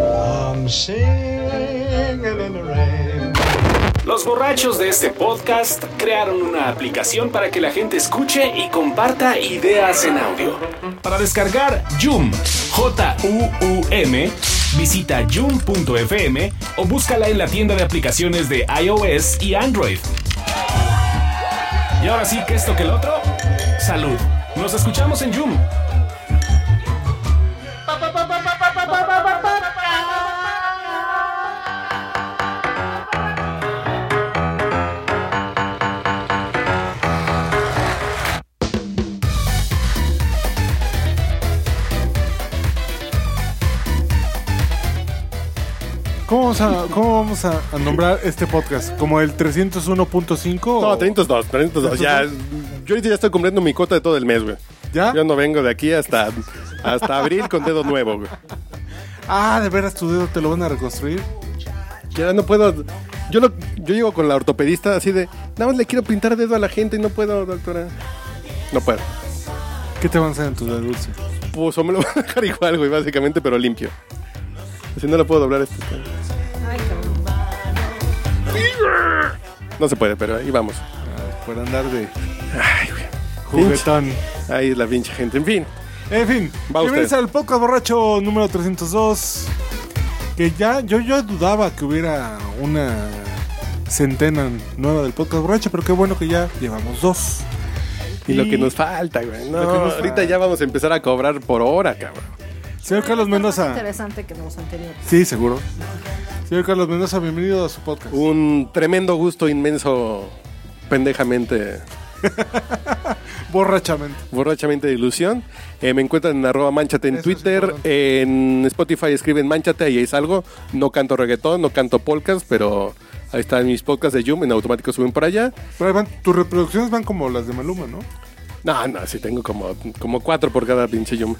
I'm singing in the rain. Los borrachos de este podcast crearon una aplicación para que la gente escuche y comparta ideas en audio. Para descargar Joom, J-U-U-M, visita joom.fm o búscala en la tienda de aplicaciones de iOS y Android. Y ahora sí que esto que el otro, salud. Nos escuchamos en Joom. ¿Cómo vamos a, cómo vamos a, a nombrar este podcast? ¿Como el 301.5? No, o- 302, 302. Ya, yo ahorita ya estoy cumpliendo mi cuota de todo el mes, güey. ¿Ya? Yo no vengo de aquí hasta, hasta abril con dedo nuevo, güey. Ah, de veras, tu dedo te lo van a reconstruir. Ya no puedo. Yo, lo, yo llego con la ortopedista así de. Nada más le quiero pintar dedo a la gente y no puedo, doctora. No puedo. ¿Qué te van a hacer en tu dedo dulce? Pues o me lo van a dejar igual, güey, básicamente, pero limpio. Así no lo puedo doblar este. No se puede, pero ahí vamos. Por andar de juguetón. Ahí es la pinche gente. En fin. En fin, Va bienvenidos usted. al podcast borracho número 302. Que ya, yo, yo dudaba que hubiera una centena nueva del podcast borracho, pero qué bueno que ya llevamos dos. Y lo que nos falta, güey. No, Lo que nos ahorita falta. ya vamos a empezar a cobrar por hora, cabrón. Señor Carlos Es Mendoza. interesante que los anteriores. Sí, seguro. Señor Carlos Mendoza, bienvenido a su podcast. Un tremendo gusto inmenso, pendejamente, Borrachamente. borrachamente de ilusión. Eh, me encuentran en arroba manchate en Eso es Twitter, en Spotify escriben manchate, ahí es algo. No canto reggaetón, no canto podcast, pero ahí están mis podcasts de Zoom, en automático suben para allá. Pero ahí van- tus reproducciones van como las de Maluma, ¿no? No, no, sí tengo como, como cuatro por cada pinche Zoom.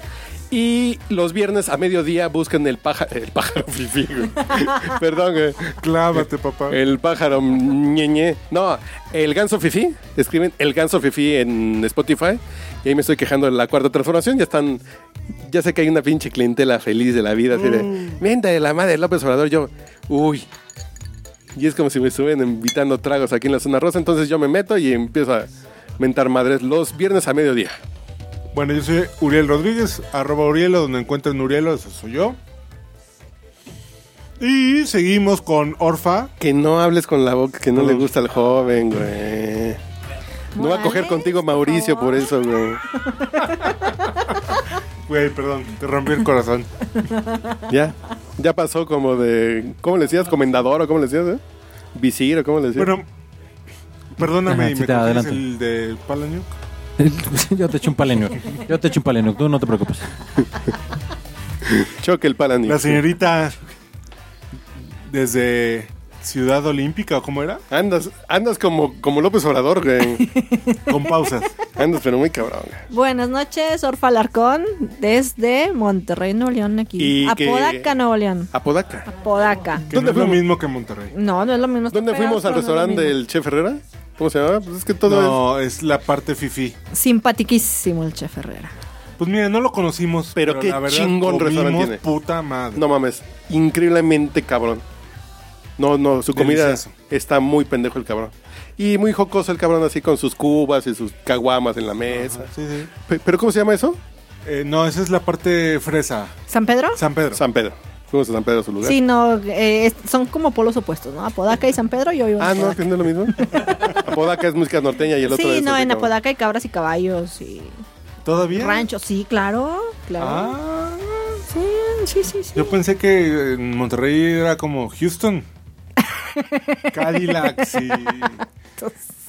Y los viernes a mediodía buscan el, paja- el pájaro fifí, güey. Perdón, güey. Clávate, papá. El pájaro ñeñe. No, el ganso fifi. Escriben el ganso fifi en Spotify. Y ahí me estoy quejando de la cuarta transformación. Ya están. Ya sé que hay una pinche clientela feliz de la vida. Así de. Mm. Venda de la madre de López Obrador. Yo. Uy. Y es como si me estuvieran invitando tragos aquí en la zona rosa. Entonces yo me meto y empiezo a mentar madres los viernes a mediodía. Bueno, yo soy Uriel Rodríguez, arroba Urielo, donde encuentran Urielo, eso soy yo. Y seguimos con Orfa. Que no hables con la boca que no le gusta al joven, güey. No va a coger Morales, contigo por Mauricio favor. por eso, güey. Güey, perdón, te rompí el corazón. Ya, ya pasó como de. ¿Cómo le decías? ¿Comendador o cómo le decías? eh? ¿Visir o cómo le decías? Bueno, perdóname Ajá, y sí, me te- coges adelante. el de Palaniuk. Yo te echo un palenio. Yo te echo un palenio. Tú no te preocupes. Choque el palani. La señorita desde Ciudad Olímpica, ¿o cómo era? Andas, andas como, como López Obrador, güey. Con pausas. Andas, pero muy cabrón. güey. Buenas noches, Orfa Alarcón, desde Monterrey, Nuevo León, aquí. Y que- Apodaca, Nuevo León. Apodaca. Apodaca. Que ¿Dónde no es lo fuimos? mismo que Monterrey. No, no es lo mismo. está ¿Dónde pegado, fuimos al pero no es lo restaurante mismo. del Chef Herrera? ¿Cómo se llamaba? Pues es que todo es. No, es la parte fifi. Simpatiquísimo el chef Herrera. Pues mire, no lo conocimos, Pero pero, qué la verdad, chingón comimos restaurante tiene. puta madre. No mames. Increíblemente cabrón. No, no, su comida Delicioso. está muy pendejo el cabrón. Y muy jocoso el cabrón, así con sus cubas y sus caguamas en la mesa. Sí, sí. Pe- ¿Pero cómo se llama eso? Eh, no, esa es la parte fresa. ¿San Pedro? San Pedro. San Pedro. Fuimos a San Pedro a su lugar. Sí, no, eh, es- son como polos opuestos, ¿no? Apodaca y San Pedro, yo vivo en Ah, no, Apodaca. que no es lo mismo. Apodaca es música norteña y el otro Sí, es no, otro en cabrón. Apodaca hay cabras y caballos y ¿Todavía? ranchos, sí, claro, claro. Ah, Sí, sí, sí, sí. yo pensé que en Monterrey era como Houston. Cadillacs y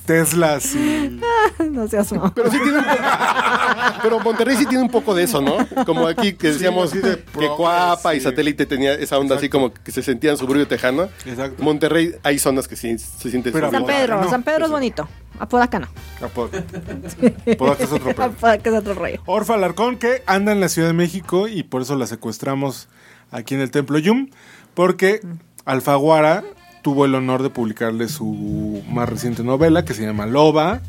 Teslas y... No seas mamón. Pero sí tiene un poco- Pero Monterrey sí tiene un poco de eso, ¿no? Como aquí que decíamos así de que progres, Cuapa y sí. Satélite tenía esa onda así como que se sentían suburbio tejano. Exacto. Monterrey hay zonas que sí se sienten Pero San suburbio. Apodaca, Pedro, no. San Pedro es bonito. Apodaca no. Apodaca. Apodaca es otro pedo. Apodaca es otro rollo. Orfa Alarcón, que anda en la Ciudad de México y por eso la secuestramos aquí en el Templo Yum, porque Mm. Alfaguara tuvo el honor de publicarle su más reciente novela que se llama Loba.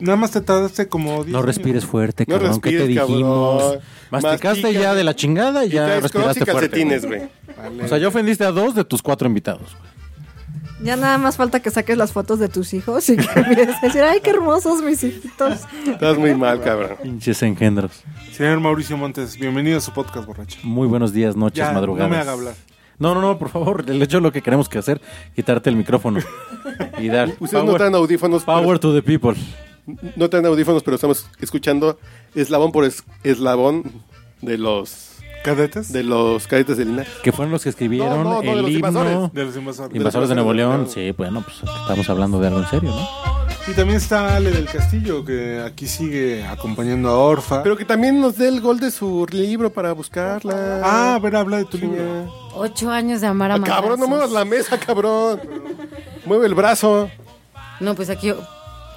nada más te tardaste como 10 No años. respires fuerte, No cabrón. ¿Qué te respires, cabrón. dijimos? Masticaste Mastica. ya de la chingada y Y ya traes crocs y respiraste fuerte. calcetines, güey. güey. O sea, ya ofendiste a dos de tus cuatro invitados. güey. Ya nada más falta que saques las fotos de tus hijos y que empieces a decir, ay, qué hermosos mis hijitos. Estás muy mal, cabrón. Pinches engendros. Señor Mauricio Montes, bienvenido a su podcast borracho. Muy buenos días, noches, Ya, madrugadas. no me haga hablar. No, no, no, por favor. De hecho, lo que queremos que hacer, quitarte el micrófono. y dar Ustedes no traen audífonos. pero- power to the people. no traen audífonos, pero estamos escuchando eslabón por es- eslabón de los ¿Cadetes? de los cadetes de Linares. Que fueron los que escribieron No, no, no, de el los himno. invasores. De los invasores. Invasores de Nuevo León. Claro. Sí, bueno, pues estamos hablando de algo en serio, ¿no? Y también está Ale del Castillo, que aquí sigue acompañando a Orfa. Pero que también nos dé el gol de su libro para buscarla. Ah, a ver, habla de tu libro. Ocho años de amar a Ah, cabrón, madrazos. no muevas la mesa, cabrón. Mueve el brazo. No, pues aquí o-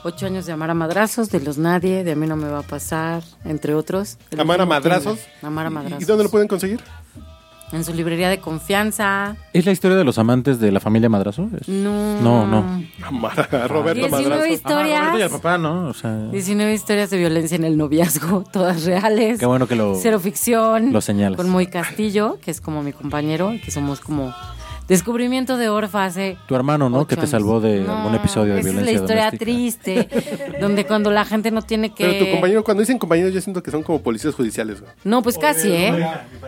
ocho años de amar a madrazos, de los nadie, de a mí no me va a pasar, entre otros. El Amar a último que madrazos. tenga. Amar a madrazos. ¿Y dónde lo pueden conseguir? En su librería de confianza. ¿Es la historia de los amantes de la familia Madrazo? Es- No. No, no. Amar a Roberto 19 Madrazo. historias. Ah, Roberto y al papá, ¿no? O sea, 19 historias de violencia en el noviazgo, todas reales. qué bueno que lo... Cero ficción. Lo señalas. Con Moy Castillo, que es como mi compañero, y que somos como descubrimiento de Orfa hace. Tu hermano, ¿no? ocho Que te años. salvó de No, algún episodio de esa violencia Es la historia doméstica. triste, donde cuando la gente no tiene que. Pero tu compañero, cuando dicen compañeros, yo siento que son como policías judiciales. güey. No, pues casi, ¿eh?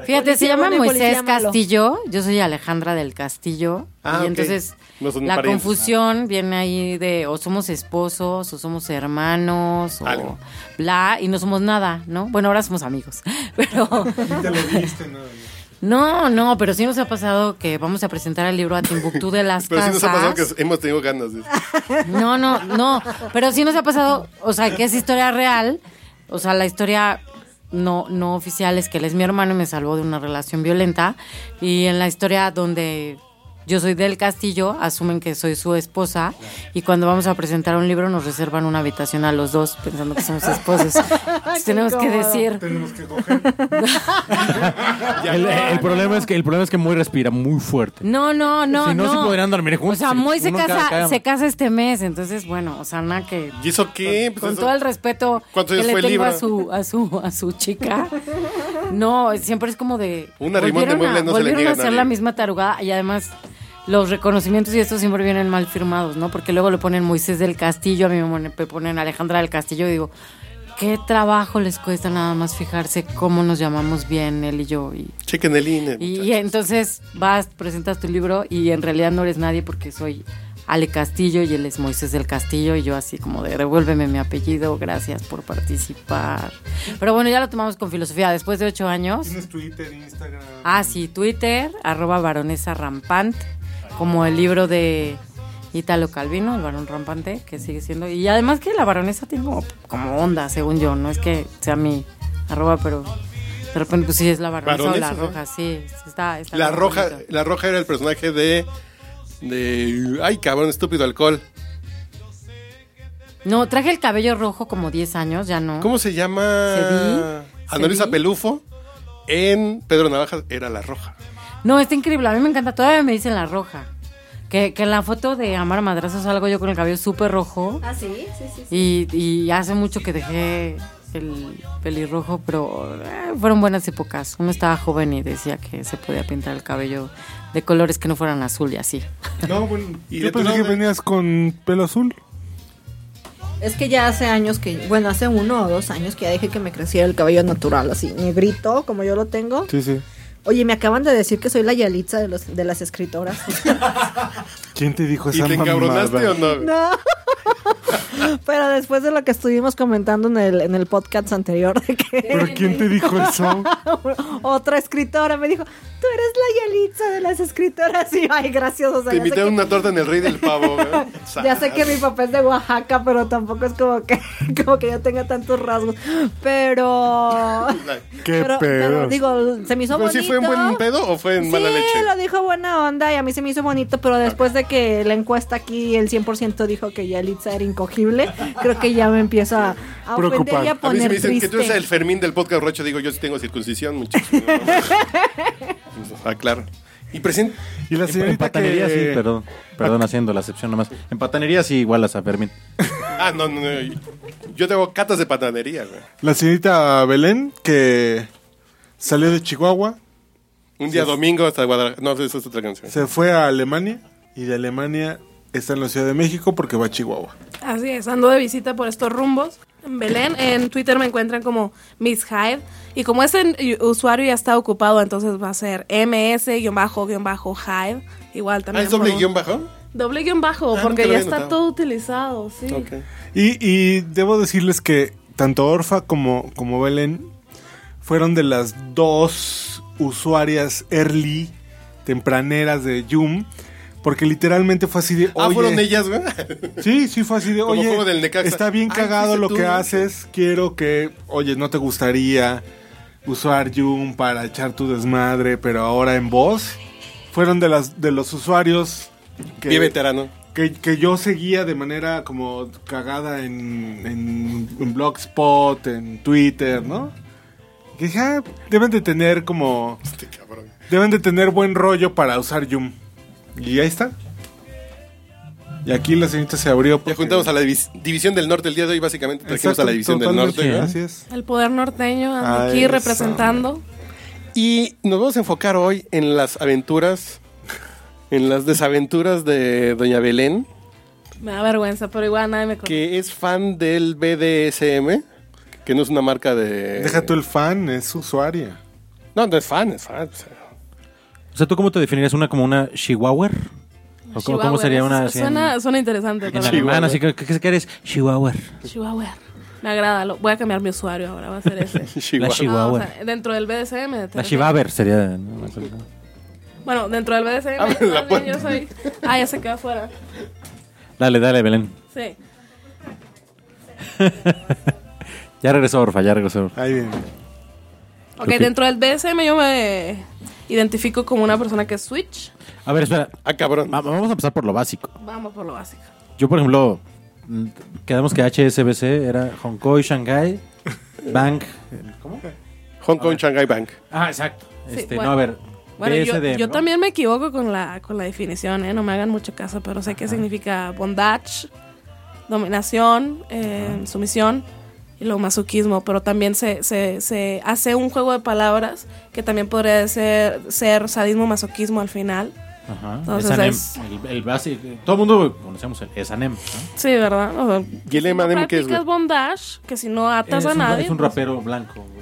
Fíjate, se Policía llama bueno y Moisés policía malo. Castillo, yo soy Alejandra del Castillo, Ah, y ok. entonces No son la parientes. confusión viene ahí de o somos esposos, o somos hermanos, o Algo. bla, y no somos nada, ¿no? Bueno, ahora somos amigos, pero... Te lo viste, ¿no? No, no, pero sí nos ha pasado que vamos a presentar el libro a Timbuktu de las Pero sí nos ha pasado casas. que hemos tenido ganas. de- No, no, no. Pero sí nos ha pasado, o sea, que es historia real. O sea, la historia no, no oficial es que él es mi hermano y me salvó de una relación violenta. Y en la historia donde yo soy del castillo, asumen que soy su esposa. Y cuando vamos a presentar un libro, nos reservan una habitación a los dos pensando que somos Pues esposos. Entonces, tenemos que incómodo. decir. Tenemos que coger. El, el problema es que el problema es que muy respira muy fuerte. No, no, no. Si no, no. sí podrían dormir O juntos. sea, Moy se Uno en cada casa, cama. se casa este mes. Entonces, bueno, o sea, nada que. ¿Y eso qué? Pues Con eso- todo el respeto ¿Cuántos que le años tengo fue el a libro? su a su a su chica. No, siempre es como de Un arrimón de volvieron a- muebles no se le volvieron niega a a hacer nadie. la misma tarugada y además los reconocimientos y esto siempre vienen mal firmados, ¿no? Porque luego le ponen Moisés del Castillo, a mí me pone- me ponen Alejandra del Castillo y digo, qué trabajo les cuesta nada más fijarse cómo nos llamamos bien él y yo y Chequen el INE. y, muchachos. y entonces vas, presentas tu libro y en realidad no eres nadie porque soy Ale Castillo y él es Moisés del Castillo y yo así como de revuélveme mi apellido, gracias por participar. Pero bueno, ya lo tomamos con filosofía después de ocho años. Tienes Twitter, Instagram. Ah, sí, Twitter, arroba baronesa rampante, como el libro de Italo Calvino, el varón rampante, que sigue siendo. Y además que la baronesa tiene como, como onda, según yo, no es que sea mi arroba, pero de repente, pues sí, es la baronesa o Baronesa, la ¿no? roja, sí, está, está La muy roja, bonito. la roja era el personaje de. de. Ay, cabrón, estúpido alcohol. No, traje el cabello rojo como 10 años, ya no. ¿Cómo se llama? Cedí, Anonisa cedí. Ah, Pelufo en Pedro Navajas era la roja. No, está increíble, a mí me encanta, todavía me dicen la roja. Que, que en la foto de Amar a Madrazos salgo yo con el cabello súper rojo. Ah, sí, sí, sí. Y, y hace mucho que dejé el pelirrojo, pero eh, fueron buenas épocas. Uno estaba joven y decía que se podía pintar el cabello de colores que no fueran azul y así. No, bueno. ¿Y yo de tu pensé que novia? venías con pelo azul. Es que ya hace años que, bueno, hace uno o dos años que ya dejé que me creciera el cabello natural, así, negrito, como yo lo tengo. Sí, sí. Oye, me acaban de decir que soy la Yalitza de, los, de las escritoras. ¿Quién te dijo ¿Y esa te encabronaste mamada? o no? No. Pero después de lo que estuvimos comentando en el, en el podcast anterior, de que ¿Pero quién te dijo eso? otra escritora me dijo, tú eres la Yalitza de las escritoras. Y ay, gracias. O sea, Te ya sé invitaron que- una torta en el Rey del Pavo. güey. Ya sé que mi papá es de Oaxaca, pero tampoco es como que, como que yo tenga tantos rasgos. Pero. Qué pero, pedo. pero, digo, se me hizo ¿Pero bonito. sí fue en buen pedo o fue en mala Sí, leche? lo dijo buena onda y a mí se me hizo bonito, pero después de que la encuesta aquí el 100% dijo que Yalitza era incogible, creo que ya me empiezo a, a ofender Preocupar. y a A mí poner se me dicen que tú eres triste. el Fermín del podcast Rocho. Digo, yo sí tengo circuncisión, muchachos. ah, claro. Y presente. Y la En, en señorita patanería, que... Ah. sí, perdón. Perdón, haciendo la excepción nomás. En patanería, sí, igualas a Fermín. Ah, no, no, no. Yo tengo catas de panadería, güey. La señorita Belén, que salió de Chihuahua, Un día domingo hasta Guadalajara. No, esa es otra canción. se fue a Alemania y de Alemania está en la Ciudad de México porque va a Chihuahua. Así es, ando de visita por estos rumbos. En Belén, en Twitter me encuentran como Miss Hyde. Y como ese u- usuario ya está ocupado, entonces va a ser ms-hyde. Igual Ah, también. ¿es doble por- guión bajo? Doble guión bajo, Ah, nunca porque lo ya había está notado. todo utilizado, sí. Ok. Y, y debo decirles que tanto Orfa como, como Belén fueron de las dos usuarias early, tempraneras de Yum, porque literalmente fue así de... Ah, "Oye". fueron ellas, güey. Sí, sí fue así de, Como oye, juego del Necaxa". está bien Ay, cagado fuiste lo tú, que ¿no? haces, quiero que, oye, no te gustaría usar Yum para echar tu desmadre, pero ahora en voz, fueron de, las, de los usuarios que, Bien veterano. que, que yo seguía de manera como cagada en, en, en Blogspot, en Twitter, ¿no? Que dije, "Ah, deben de tener como, Este cabrón. deben de tener buen rollo para usar Yum. Y ahí está. Y aquí la señorita se abrió. Ya porque- juntamos a la divis- división del norte el día de hoy, básicamente trajimos Exacto, a la división del totalmente, norte. güey. Así es. El poder norteño anda Ah, aquí eso. representando. Y nos vamos a enfocar hoy en las aventuras, en las desaventuras de Doña Belén, Me da vergüenza, pero igual nadie me conoce. que es fan del BDSM, que no es una marca de... Deja tú el fan, es usuaria. No, no es fan, es fan. o sea. O sea, ¿tú cómo te definirías una como una chihuahua? ¿O cómo, cómo Chihuahua, sería una es- así en- Suena, suena interesante. en, pero- alemán? Así que, ¿qué, qué eres? Chihuahua. Chihuahua. Me agrada. lo- voy a cambiar mi usuario ahora. Va a ser ese. Chihuahua. La No, o Chihuahua. sea, dentro del BDSM. ¿te La refieres? chivaber sería... ¿no? Una cosa así. Bueno, dentro del BDSM. Ah, Abre la también puerta. yo soy. Ah, ya se quedó afuera. Dale, dale, Belén. Sí. Ya regresó, Orfa, ya regresó. Ahí viene. Ok, Ok. dentro del BDSM yo me identifico como una persona que es switch. A ver, espera. Ah, cabrón. Va- Vamos a empezar por lo básico. Vamos por lo básico. Yo, por ejemplo, mm, quedamos que HSBC era Hong Kong, Shanghai, Bank. Hong Kong Shanghai Bank. Ah, exacto. Sí, Este, bueno. No, a ver. Bueno, yo, BSD, yo ¿no? también me equivoco con la, con la definición, ¿eh? No me hagan mucho caso, pero sé que significa bondage, dominación, eh, sumisión y lo masoquismo. Pero también se, se, se hace un juego de palabras que también podría ser, ser sadismo, masoquismo al final. Ajá. Entonces Esanem, es- El, el básico. Todo el mundo conocemos el Esanem. ¿no? Sí, ¿verdad? O sea, ¿Y el si no M&M qué es, practicas güey? bondage, que si no atas Es a un- nadie. Es un pues- rapero blanco. güey.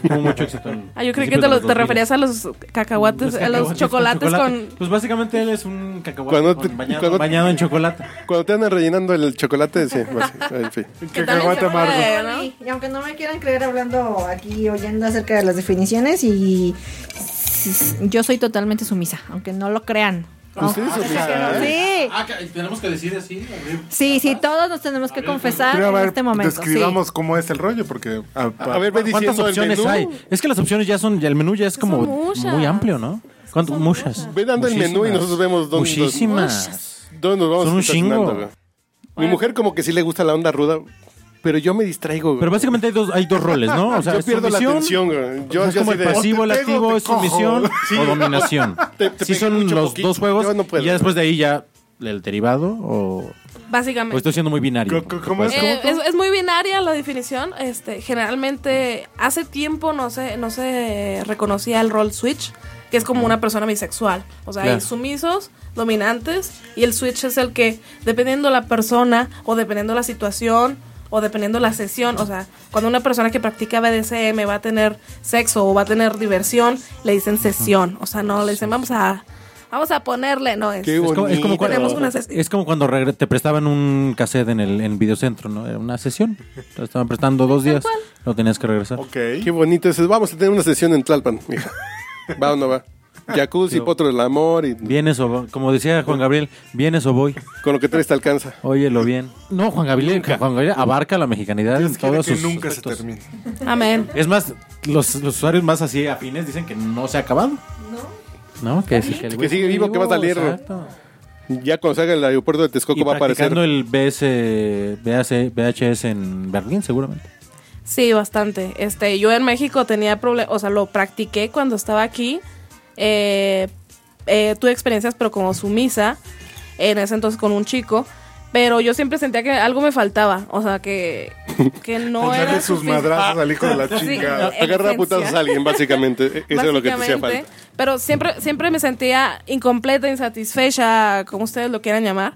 Tuvo mucho éxito. en Ah, yo creí que principios te, de lo, los te 2000. referías a los cacahuates, a los cacahuates chocolates chocolate. con... Pues básicamente él es un cacahuate Cuando con- te- bañado, cuando- bañado en chocolate. Cuando te andan rellenando el chocolate, sí. pues, sí, en fin. que también se Ay, puede, ¿no? Tony, Y aunque no me quieran creer hablando aquí, oyendo acerca de las definiciones, y s- s- yo soy totalmente sumisa, aunque no lo crean. Pues Ah, Usted es sumisa, ¿eh? Sí, Ah, tenemos que decir así. sí, sí, todos nos tenemos que confesar Pero a en ver, este momento. sí. describamos cómo es el rollo, porque... A, A ver, ve ¿Cuántas diciendo el opciones menú. hay? Es que las opciones ya son, ya el menú ya es como muchas. muy amplio, ¿no? ¿Cuántas? Muchas. Ve dando el menú y nosotros vemos dónde- Muchísimas. ¿Dónde nos vamos Son un estacionando, chingo. güey? Mi mujer como que sí le gusta la onda ruda, pero yo me distraigo, güey. Pero básicamente hay dos, hay dos roles, ¿no? O sea, yo es pierdo la sumisión, atención, güey. Yo, o sea, es yo como así el de- "Oh, pasivo, el te pego, activo, te es sumisión cojo. o dominación. Te- te sí pego son mucho los poquito, dos juegos yo no puedo. y ya después de ahí ya el derivado o, o Básicamente. estoy siendo muy binario. Pues, Co- co- ¿cómo es? Eh, es, es muy binaria la definición. Este, generalmente, hace tiempo no se, no se reconocía el rol switch, que es como una persona bisexual. O sea, hay Claro. sumisos, dominantes, y el switch es el que, dependiendo la persona, o dependiendo la situación, o dependiendo la sesión, o sea, cuando una persona que practica BDSM va a tener sexo o va a tener diversión, le dicen sesión. O sea, no le dicen vamos a, vamos a ponerle, no es. Qué Es como, es como bonito. cuando, Tenemos una ses- es como cuando regre- te prestaban un cassette en el en videocentro, ¿no? Era una sesión. Te estaban prestando dos días. Lo tenías que regresar. Ok. Qué bonito es. Vamos a tener una sesión en Tlalpan, mija. ¿Va o no va? Jacuzzi, potro del amor y Vienes o como decía Juan Gabriel, vienes o voy. con lo que traes te alcanza. Óyelo bien. No, Juan Gabriel, Juan Gabriel abarca la mexicanidad en Quiere todos que sus nunca aspectos. se termine. Amén. Es más, los, los usuarios más así afines dicen que no se ha acabado. No. No, que, sí, el güey sigue vivo, que va a salir. Exacto. Ya cuando salga el aeropuerto de Texcoco Y va a aparecer. practicando el BS, BH, VHS en Berlín, seguramente. Sí, bastante. Este, yo en México tenía problemas, o sea, lo practiqué cuando estaba aquí. Eh, eh, tuve experiencias, pero como sumisa, en ese entonces con un chico. Pero yo siempre sentía que algo me faltaba. O sea, que, que no Darle era. sus sufici- madrazos al hijo de la Sí. chingada. Agarrar a putazos a alguien, básicamente. E- Eso es lo que te hacía Básicamente, falta. Pero siempre, siempre me sentía incompleta, insatisfecha, como ustedes lo quieran llamar.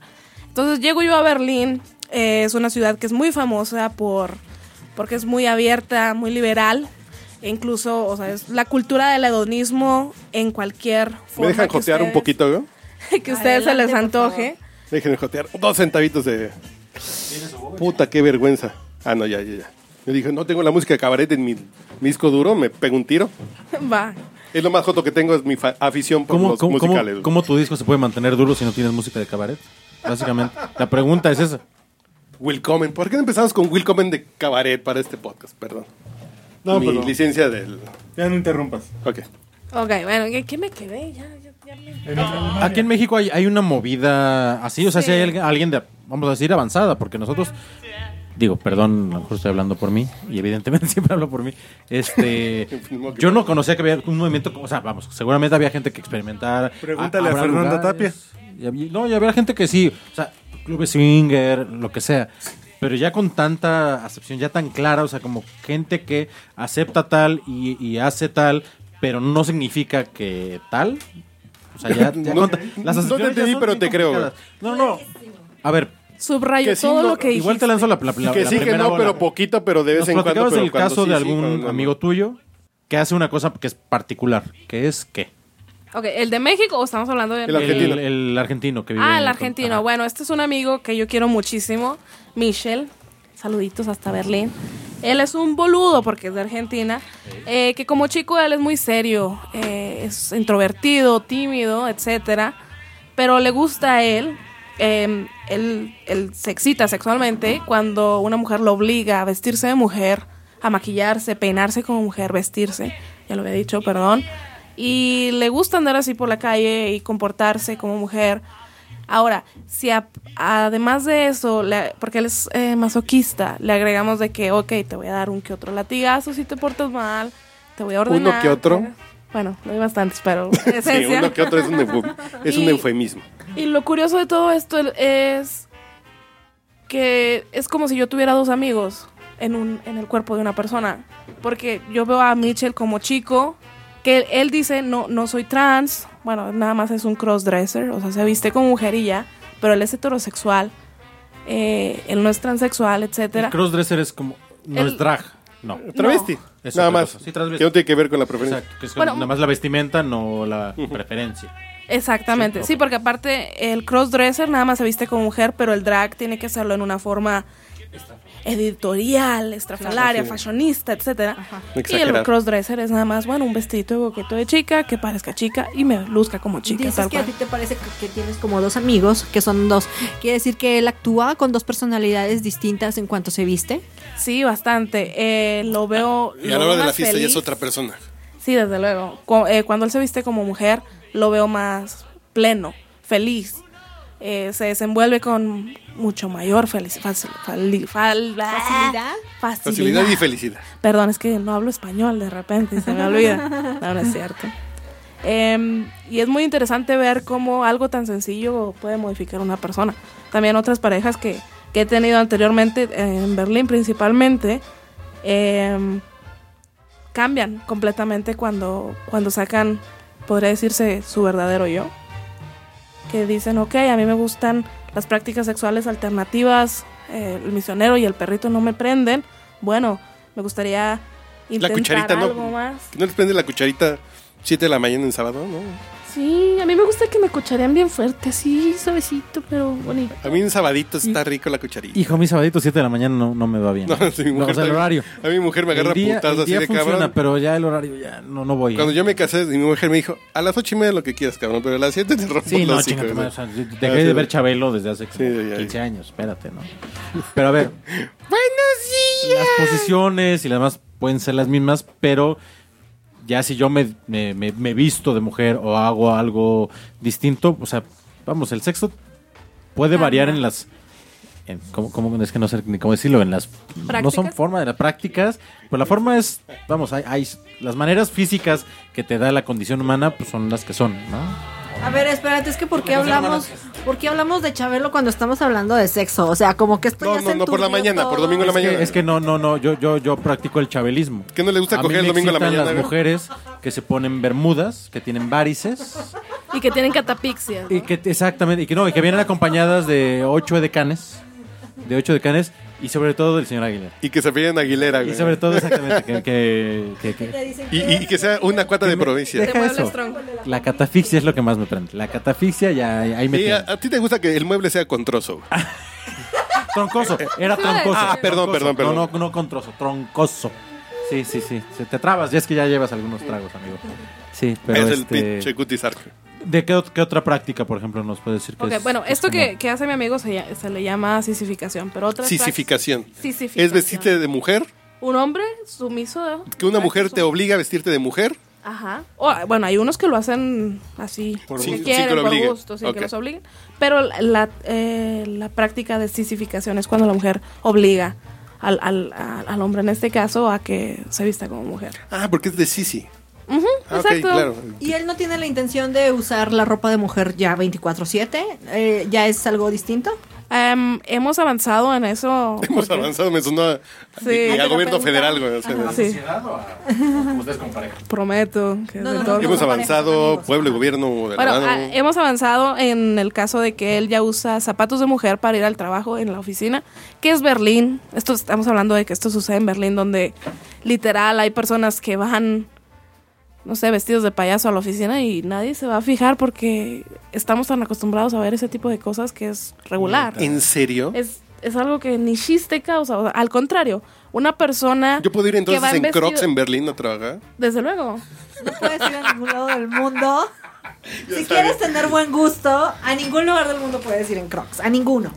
Entonces llego yo a Berlín, eh, es una ciudad que es muy famosa por porque es muy abierta, muy liberal. E incluso, o sea, es la cultura del hedonismo en cualquier forma. ¿Me dejan que jotear un ustedes- poquito, güey? Que ustedes se les Adelante, por antoje. Déjenme jotear dos centavitos de... Puta, qué vergüenza. Ah, no, ya, ya, ya. Yo dije, no tengo la música de cabaret en mi, mi disco duro, me pego un tiro. Va. Es lo más joto que tengo, es mi fa- afición por ¿Cómo, los cómo, cómo- musicales. güey. cómo tu disco se puede mantener duro si no tienes música de cabaret? Básicamente. La pregunta es esa. Willkommen. ¿Por qué no empezamos con Willkommen de cabaret para este podcast? Perdón. No, mi pero licencia del... ya no interrumpas. Ok. Ok, bueno, ¿en ¿qué me quedé? Ya, ya, ya me... Aquí en México hay, hay una movida así, o sea, si hay alguien- alguien de, vamos a decir, avanzada, porque nosotros, digo, perdón, a lo mejor estoy hablando por mí, y evidentemente siempre hablo por mí, este, yo no conocía que había un movimiento, o sea, vamos, seguramente había gente que experimentara. Pregúntale a habrá Fernanda y había- no, y había gente que sí, o sea, clubes swinger, lo que sea. Pero ya con tanta acepción, ya tan clara, o sea, como gente que acepta tal y, y hace tal, pero no significa que tal. O sea, ya, ya No- con ta- las no te acepciones ya entendí, son pero bien te creo, complicadas. No, no. A ver, Subrayo Que sí, todo no, lo que dijiste. igual te lanzo la, la, la- que la sí, que primera no, bola. pero poquito, pero de vez Nos en cuando. platicabas pero el cuando caso sí, de sí, algún cuando no. amigo tuyo que hace una cosa que es particular, que es qué? Ok, ¿el de México o estamos hablando de El argentino. El, el argentino que vive Ah, en- el argentino. Ajá. Bueno, este es un amigo que yo quiero muchísimo, Michel. Saluditos hasta Berlín. Él es un boludo porque es de Argentina. eh, que como chico él es muy serio, eh, es introvertido, tímido, etcétera. Pero le gusta a él. eh, él, él se excita sexualmente cuando una mujer lo obliga a vestirse de mujer, a maquillarse, peinarse como mujer, vestirse. Ya lo había dicho, perdón. Y le gusta andar así por la calle y comportarse como mujer. Ahora, si a- además de eso, le- porque él es eh, masoquista, le agregamos de que, ok, te voy a dar un que otro latigazo si te portas mal, te voy a ordenar. ¿Uno que otro? Bueno, no hay bastantes, pero en Sí, esencia. uno que otro es un, eufem- es un Y- eufemismo. Y lo curioso de todo esto es que es como si yo tuviera dos amigos en, un, en el cuerpo de una persona. Porque yo veo a Mitchell como chico, que él, él dice, no, no soy trans, bueno, nada más es un crossdresser, o sea, se viste como mujerilla, pero él es heterosexual, eh, él no es transexual, El etcétera. crossdresser es como. No El- es drag. No. Travesti. Es Nada otra más. cosa. Sí, travesti. Que no tiene que ver con la preferencia. Exacto. Que es Bueno, nada más la vestimenta, no la preferencia. Exactamente, Sí, sí, ok. porque aparte el crossdresser nada más se viste como mujer, pero el drag tiene que hacerlo en una forma editorial, estrafalaria, fashionista, etcétera. Y el Exagerar. crossdresser es nada más, bueno, un vestidito coqueto de chica que parezca chica y me luzca como chica, Dices tal que a cual. ti te parece que, que tienes como dos amigos, que son dos. ¿Quiere decir que él actúa con dos personalidades distintas en cuanto se viste? Sí, bastante. Eh, lo veo. Ah, Y lo a la veo hora de la más fiesta ya es feliz. otra persona. Sí, desde luego. Cu- eh, cuando él se viste como mujer, lo veo más pleno, feliz. Eh, se desenvuelve con mucho mayor felici- faci- fali- fal- ah, ¿Facilidad? Facilidad y facilidad. felicidad. Perdón, es que no hablo español de repente, y se me olvida. No, no es cierto. Em, y es muy interesante ver cómo algo tan sencillo puede modificar una persona. También otras parejas que, que he tenido anteriormente, en Berlín principalmente, em, cambian completamente cuando, cuando sacan, podría decirse, su verdadero yo. Que dicen, ok, a mí me gustan las prácticas sexuales alternativas, eh, el misionero y el perrito no me prenden. Bueno, me gustaría intentar cucharita, ¿no? algo más. ¿No les prende la cucharita 7 de la mañana en sábado? No. Sí, a mí me gusta que me cucharean bien fuerte, así suavecito, pero bonito. A mí en sabadito está rico la cucharita. Hijo, mi sabadito 7 de la mañana no, no me va bien. No, sí, mi mujer o sea, el también. horario. A mi mujer me agarra el día, putazos el así día de funciona, cabrón. pero ya el horario ya no, no voy. ¿eh? Cuando yo me casé, mi mujer me dijo, a las 8 y media lo que quieras, cabrón, pero a las 7 te rompo Sí, los no, hocicos", chinga tu ¿no? madre, o sea, yo Ah, dejé sí. de ver Chabelo desde hace como Sí, ya, ya. 15 años, espérate, ¿no? Pero a ver. Buenos días. Las posiciones y las demás pueden ser las mismas, pero ya si yo me, me- me- me visto de mujer o hago algo distinto, o sea, vamos, el sexo puede variar en las. En, ¿cómo, cómo- es que no sé ni cómo decirlo? En las. No son ¿Prácticas? forma de las prácticas, pues la forma es. Vamos, hay, hay- las maneras físicas que te da la condición humana, pues son las que son, ¿no? A ver, espérate, es que ¿por qué hablamos, ¿por qué hablamos de Chabelo cuando estamos hablando de sexo? O sea, como que esto No, ya no, se no, por la enturbió mañana, por todo. domingo en la Es que, mañana. es que no, no, no, yo, yo, yo practico el chabelismo. ¿Qué no le gusta A mí coger el me domingo en la excitan mañana, las güey? mujeres que se ponen bermudas, que tienen varices, Y que tienen catapixias. y que exactamente, y que no, y que vienen acompañadas de ocho edecanes, de ocho edecanes, y sobre todo del señor Aguilera. Y que se piden Aguilera, Y güey. sobre todo exactamente que, que- que- que- Te dicen Y, y que sea una cuata de provincia. Te deja muebles eso. tronco. La catafixia es lo que más me prende. La catafixia ya ahí me Y a, tiene. a ti te gusta que el mueble sea con trozo. güey. Troncoso, era troncoso. Ah, perdón, Troncoso. perdón, perdón. No, no, no con trozo, troncoso. Sí, sí, sí. Se te trabas, ya es que ya llevas algunos tragos, amigo. Sí, pero es el este, pinche cutizar. ¿De qué, ot- qué otra práctica, por ejemplo, nos puede decir que Ok, es- bueno, eh es esto que, común? que hace mi amigo se, lla- se le llama sisificación, pero otra Sisificación. Sisificación. Es vestirte de mujer, Un hombre sumiso. que una ¿verdad? mujer Su- te obliga a vestirte de mujer. Ajá. O, ah, bueno, hay unos que lo hacen así, Por porque gusto. Sí, quieren, que lo por obliguen. gusto, sí, Ok. que los obliguen. Pero la, eh, la práctica de sisificación es cuando la mujer obliga al, al- al- al hombre, en este caso, a que se vista como mujer. Ah, porque es de Sisi. Ujú, Ah, ok, exacto. claro. Y él no tiene la intención de usar la ropa de mujer ya 24/7, eh, ya es algo distinto. Em, hemos avanzado en eso. Hemos porque- avanzado, me sonó a, Sí. y al gobierno federal, güey. o sea, Sí, Ustedes como pareja. prometo. que No, de no, no, todo. no. Hemos parejas, avanzado, amigos. pueblo y gobierno de la Bueno, mano. ah, hemos avanzado en el caso de que él ya usa zapatos de mujer para ir al trabajo en la oficina, que es Berlín. Esto estamos hablando de que esto sucede en Berlín, donde literal hay personas que van, no sé, vestidos de payaso a la oficina y nadie se va a fijar porque estamos tan acostumbrados a ver ese tipo de cosas que es regular. ¿En serio? Es, es algo que ni chiste causa. o sea, al contrario, una persona. ¿Yo puedo ir que entonces va en vestido- Crocs en Berlín a trabajar? Desde luego. No puedes ir a ningún lado del mundo. Si quieres tener buen gusto, a ningún lugar del mundo puedes ir en Crocs, a ninguno.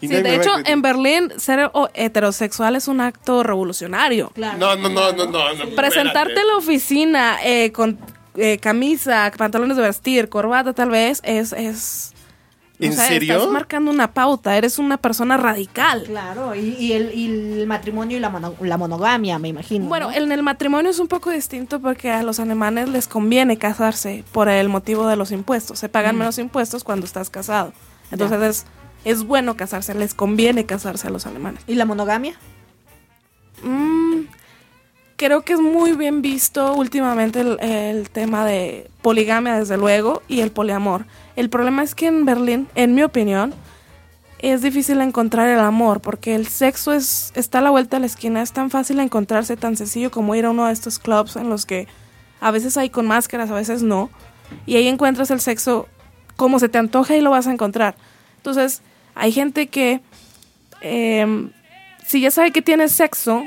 Y Sí, nadie de me va a hecho, creer. en Berlín ser o- heterosexual es un acto revolucionario. Claro. No, no, no, no, no. no, Presentarte en espérate. la oficina eh, con eh, camisa, pantalones de vestir, corbata tal vez, es... es no ¿En sé, serio? Estás marcando una pauta, eres una persona radical. Claro, y, y el, y el matrimonio y la, mono- la monogamia, me imagino. Bueno, ¿no? en el matrimonio es un poco distinto porque a los alemanes les conviene casarse por el motivo de los impuestos. Se Mm. pagan menos impuestos cuando estás casado. Entonces es, es bueno casarse, les conviene casarse a los alemanes. ¿Y la monogamia? Mm, creo que es muy bien visto últimamente el, el tema de poligamia, desde luego, y el poliamor. El problema es que en Berlín, en mi opinión, es difícil encontrar el amor, porque el sexo es, está a la vuelta de la esquina, es tan fácil encontrarse, tan sencillo como ir a uno de estos clubs en los que a veces hay con máscaras, a veces no, y ahí encuentras el sexo como se te antoja y lo vas a encontrar. Entonces, hay gente que... em, si ya sabe que tiene sexo,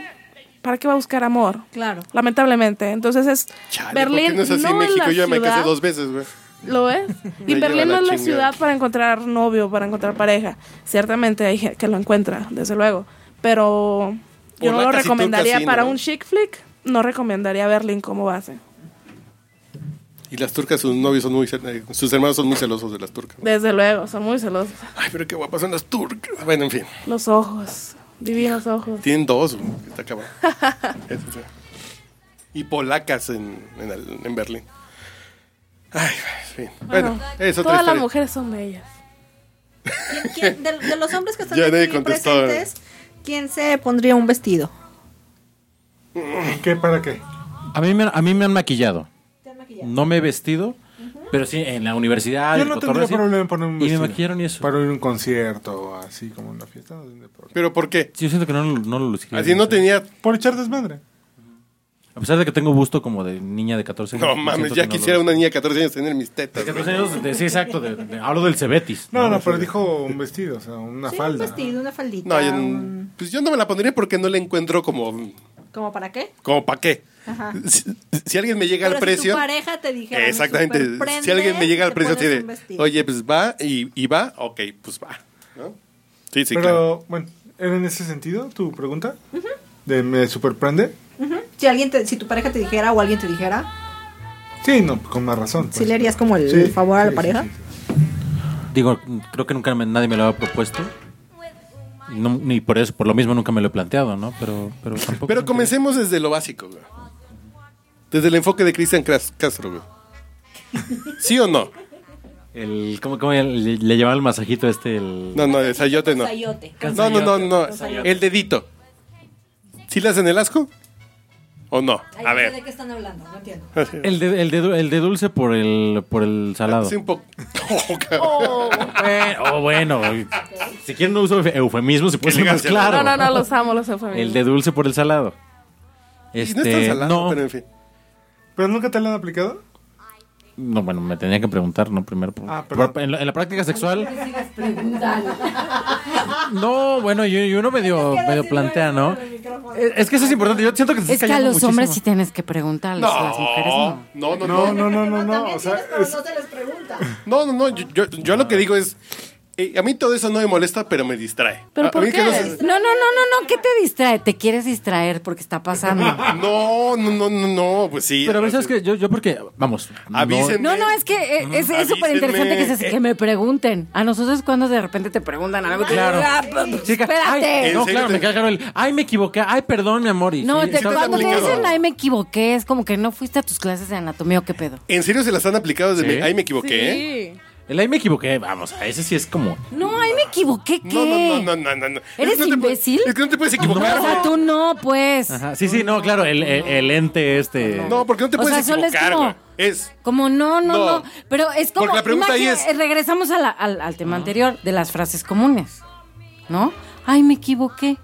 ¿para qué va a buscar amor? Claro. Lamentablemente. Entonces es Chale, ¿por qué Berlín no no es así en es México. la Yo ya me casé ciudad. dos veces, güey. ¿Lo es? Y Me lleva Berlín no la es la chingada. ciudad para encontrar novio, para encontrar pareja. Ciertamente hay gente que lo encuentra, desde luego. Pero yo no lo Polaca, sí, turca, recomendaría sí, para ¿no? un chic flick. No recomendaría Berlín como base. Y las turcas, sus novios son muy... cel- eh, Sus hermanos son muy celosos de las turcas. Desde luego, son muy celosos. Ay, pero qué guapas son las turcas. Bueno, en fin. Los ojos, divinos ojos. Tienen dos, güey, está cabrón. Eso sí. Y polacas en, en, el- en Berlín. Ay, en fin. Bueno, es otra todas las historia. mujeres son bellas. ¿Quién- quién- de, de los hombres que están Ya nadie aquí contestó. presentes, ¿quién se pondría un vestido? ¿Qué para qué? A mí, me, a mí me han maquillado. ¿Te han maquillado? No me he vestido, pero sí en la universidad. Yo Ah, el no cotorreo tendría así. problema en poner un Y vestido. me maquillaron y eso. Para ir a un concierto o así como una fiesta. No tendría problema. ¿Pero por qué? Yo siento que no, no lo luciría. Así no tenía... Por echar desmadre. A pesar de que tengo gusto como de niña de 14 años. No mames, siento ya que no lo quisiera luciría. una niña de 14 años tener mis tetas. De güey. 14 años, de- sí, exacto. de- de- hablo del Cebetis. No, no, pero sé. dijo un vestido, o sea, una Sí, un falda. vestido, Um. una faldita. No, yo, un- pues yo no me la pondría porque no la encuentro como... ¿Cómo para qué? como para qué. Ajá. Si, si alguien me llega Pero al si precio... tu pareja te dijera. me Exactamente. superprende, Si alguien me llega al te precio así pones de, un vestido. oye, pues va y, y va, ok, pues va. ¿no? Sí, sí, pero, claro. bueno, ¿era en ese sentido tu pregunta? ¿De me superprende? Ujú. Si, alguien te- si tu pareja te dijera o alguien te dijera, Sí, no, con más razón. ¿sí le harías como el favor a la pareja? Digo, creo que nunca me- nadie me lo había propuesto. No, ni por eso, por lo mismo nunca me lo he planteado, ¿no? Pero, pero tampoco. Pero comencemos desde lo básico, güey. Desde el enfoque de Cristian Cras- Castro, güey. ¿Sí o no? El, ¿Cómo, cómo le, le llamaban el masajito este? El, No, no, el sayote no. Sayote. No, no, no, no. El dedito. ¿Sí le hacen el asco? ¿O no? Ay, A no sé ver. ¿De qué están hablando? No entiendo. el, de, el, de, du- el de dulce por el, por el salado. Sí, un poco. Bueno, oh, bueno. Si quieren no uso eufemismo, se puede elegancia. mezclar. No, no, no, los amo, los amo. El de dulce por el salado. Este, No es tan salado, no, pero en fin. ¿Pero nunca te lo han aplicado? No, bueno, me tenía que preguntar, ¿no? Primero. por- Ah, perdón. por- en, la, en la práctica sexual. No, bueno, yo, yo uno medio, medio plantea, ¿no? Es, es que eso es importante. Yo siento que te Es estás que a cayendo los hombres sí muchísimo. tienes que preguntarles, las mujeres no. No, no, No, no. no, no, no, no. O sea, es- No se les pregunta. No, no, no. Yo, yo- yo lo que digo es. eh, a mí todo eso no me molesta, pero me distrae. ¿Pero A- a por mí que qué? no se- No, no, no, no, no, ¿qué te distrae? Te quieres distraer porque está pasando. No, no, no, no, no, pues sí. Pero a veces es que yo, yo porque, vamos. no- Avísenme. No, no, es que eh, es- es súper interesante que, se- que me pregunten. A nosotros cuando de repente te preguntan algo, Claro. claro. Chica, Ah, pues, espérate. ay, no, ¿En serio claro, te- me queda claro el. Ay, me equivoqué. Ay, perdón, mi amor. y No, sí, te, estaba- cuando te aplicado. dicen, ay, me equivoqué, es como que no fuiste a tus clases de anatomía o qué pedo. ¿En serio se las han aplicado desde Sí. mi- Ahí me equivoqué, ¿eh? Sí. El ay, me equivoqué. Vamos, a ese sí es como. No, ay, me equivoqué, ¿qué? No, no, no, no, no, no. ¿Eres Es que no te pu- imbécil? Es que no te puedes O sea, equivocar. tú no, pues. Ajá, Sí, sí, no, claro, el, el- el ente este. No, porque no te O sea, puedes solo es equivocar, como- güey. Es. Como no, no, No. no, Pero es como. Porque la pregunta ahí imagina- eh, es- Ah. Regresamos a la- al, al tema anterior de las frases comunes. ¿No? Ay, me equivoqué.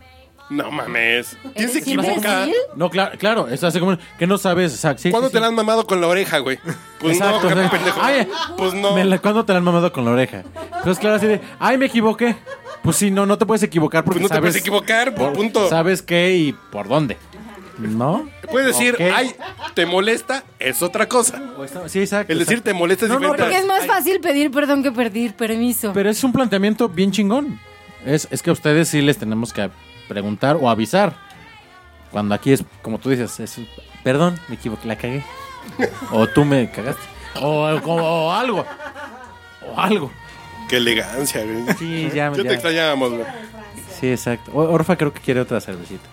No mames. ¿Quién ¿Eres se equivoca? imbécil? No, claro, claro, eso hace como que no sabes, exacto. sí, ¿Cuándo sí, te sí. la han mamado con la oreja, güey? Pues Exacto, no, qué exacto. pendejo. Ay, pues no. me la- ¿Cuándo te la han mamado con la oreja? Entonces, claro, así de, ay, me equivoqué. Pues sí, no, no te puedes equivocar porque Pues no te sabes, puedes equivocar, por- punto. ¿Sabes qué y por dónde? ¿No? Puedes decir, Ok. ay, te molesta, es otra cosa. O está- sí, exacto. El decir exacto. te molesta es No, no, diferente. Porque es más fácil pedir perdón que pedir permiso. Pero es un planteamiento bien chingón. Es, es que a ustedes sí les tenemos que preguntar o avisar. Cuando aquí es, como tú dices, es, perdón, me equivoqué, la cagué. O tú me cagaste. O, o- o algo. O algo. Qué elegancia, güey. Sí, ya, Yo ya. te extrañábamos, güey. Sí, exacto. O- Orfa creo que quiere otra cervecita.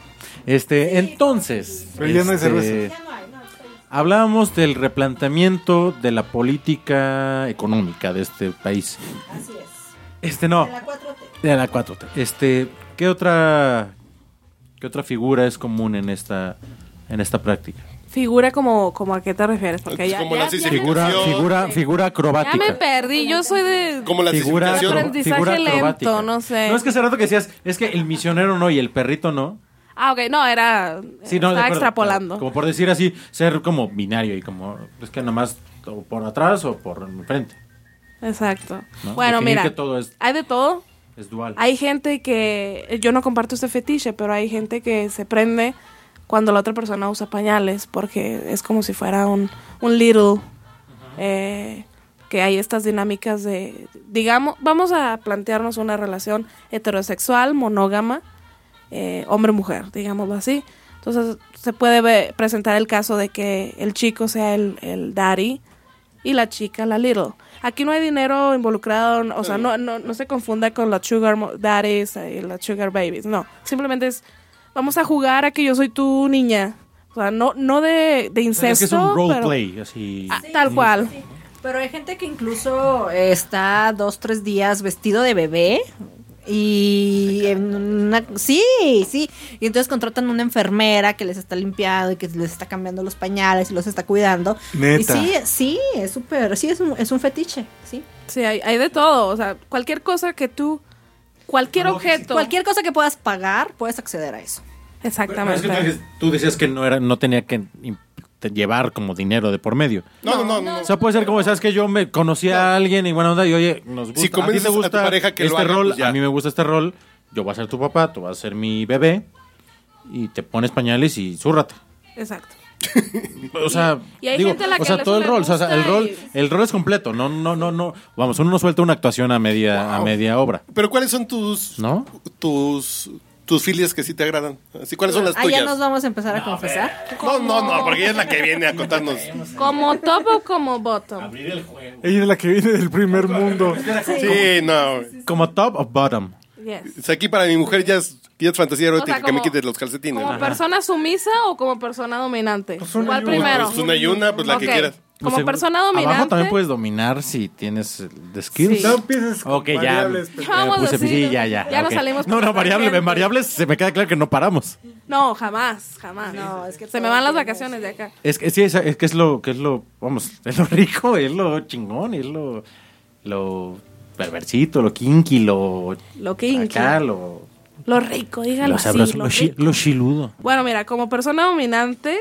Este, entonces. Pero ya no hay este, cerveza. Hablábamos del replanteamiento de la política económica de este país. Así es. Este no. De la 4T. De la 4T. Este, ¿qué otra qué otra figura es común en esta en esta práctica? Figura como, como a qué te refieres. Porque ya, Como ya- la ya- Figura, Yo- figura, figura ya me acrobática. perdí. Yo soy de... Como la Figura, significación. acro- Aprendizaje figura lento, acrobática. no sé. No es que hace rato que decías, es que el misionero no y el perrito no. Ah, ok, no, era... Sí, no, de estaba acuerdo. extrapolando. Como por decir así, ser como binario y como es que nada más o por atrás o por enfrente. Exacto. ¿no? Bueno, Definir mira. que todo es- Hay de todo. Es dual. Hay gente que, yo no comparto este fetiche, pero hay gente que se prende cuando la otra persona usa pañales, porque es como si fuera un, un little, eh, que hay estas dinámicas de, digamos, vamos a plantearnos una relación heterosexual, monógama, eh, hombre-mujer, digámoslo así. Entonces se puede ve- presentar el caso de que el chico sea el, el daddy y la chica la little. Aquí no hay dinero involucrado, o sea, no, no, no se confunda con los sugar mo- daddies y los sugar babies, no. Simplemente es, vamos a jugar a que yo soy tu niña. O sea, no, no de, de O incesto. sea, es que es un pero- roleplay, así. Ah, tal cual. Pero hay gente que incluso eh, está dos, tres días vestido de bebé. Y en una, sí, sí. Y entonces contratan una enfermera que les está limpiando y que les está cambiando los pañales y los está cuidando. Neta. Y sí, sí, es súper, sí, es un, es un fetiche, sí. Sí, hay, hay de todo. O sea, cualquier cosa que tú. Cualquier objeto. Cualquier cosa que puedas pagar, puedes acceder a eso. Pero es Exactamente. que tú dices- tú decías que no era, no tenía que im- te- llevar como dinero de por medio. No, no, no. no. O sea, puede ser como, sabes que yo me conocí a alguien y buena onda y oye, nos gusta, Si a ti convences te a tu gusta pareja que lo este haga, rol, pues ya. a mí me gusta este rol, yo voy a ser tu papá, tú vas a ser mi bebé y te pones pañales y zúrrate. Exacto. O sea, y hay digo, gente a la o que sea, eso todo el le rol, o sea, el gusta rol, y- el rol es completo, no no no no, vamos, uno no suelta una actuación a media a Wow. media obra, Pero ¿cuáles son tus. ¿No? Tus. Tus filias que sí te agradan. Así, ¿cuáles son las Ah, ya tuyas? nos vamos a empezar a confesar. No, no, no, porque ella es la que viene a contarnos. Como top o como bottom. Ella es la que viene del primer mundo. Sí, no. como top o bottom. Yes. O sea, aquí para mi mujer ya es, ya es fantasía erótica sea, que me como- quites los calcetines. ¿Como persona sumisa o como persona dominante? una ¿Cuál y una. primero? Pues una y una, pues la que Ok. quieras. Como seguro- persona Abajo dominante. también puedes dominar si tienes eh, the skills. Sí. No empieces con Ok, ya. variables, Ya pero- Vamos puse- pues, así, sí, ¿no? ya, ya. Ya nos ok. salimos No, por no, la variable, tangente. variables se me queda claro que no paramos. No, jamás, jamás. No, es que se me todo van las tiene- vacaciones de acá. Es que sí, es, es que es lo, que es lo, vamos, es lo rico, es lo chingón, es lo, lo perversito, lo kinky, lo Lo kinky. acá, lo, Lo rico, dígalo lo así, sabroso, lo lo, chi- rico. lo chiludo. Bueno, mira, como persona dominante,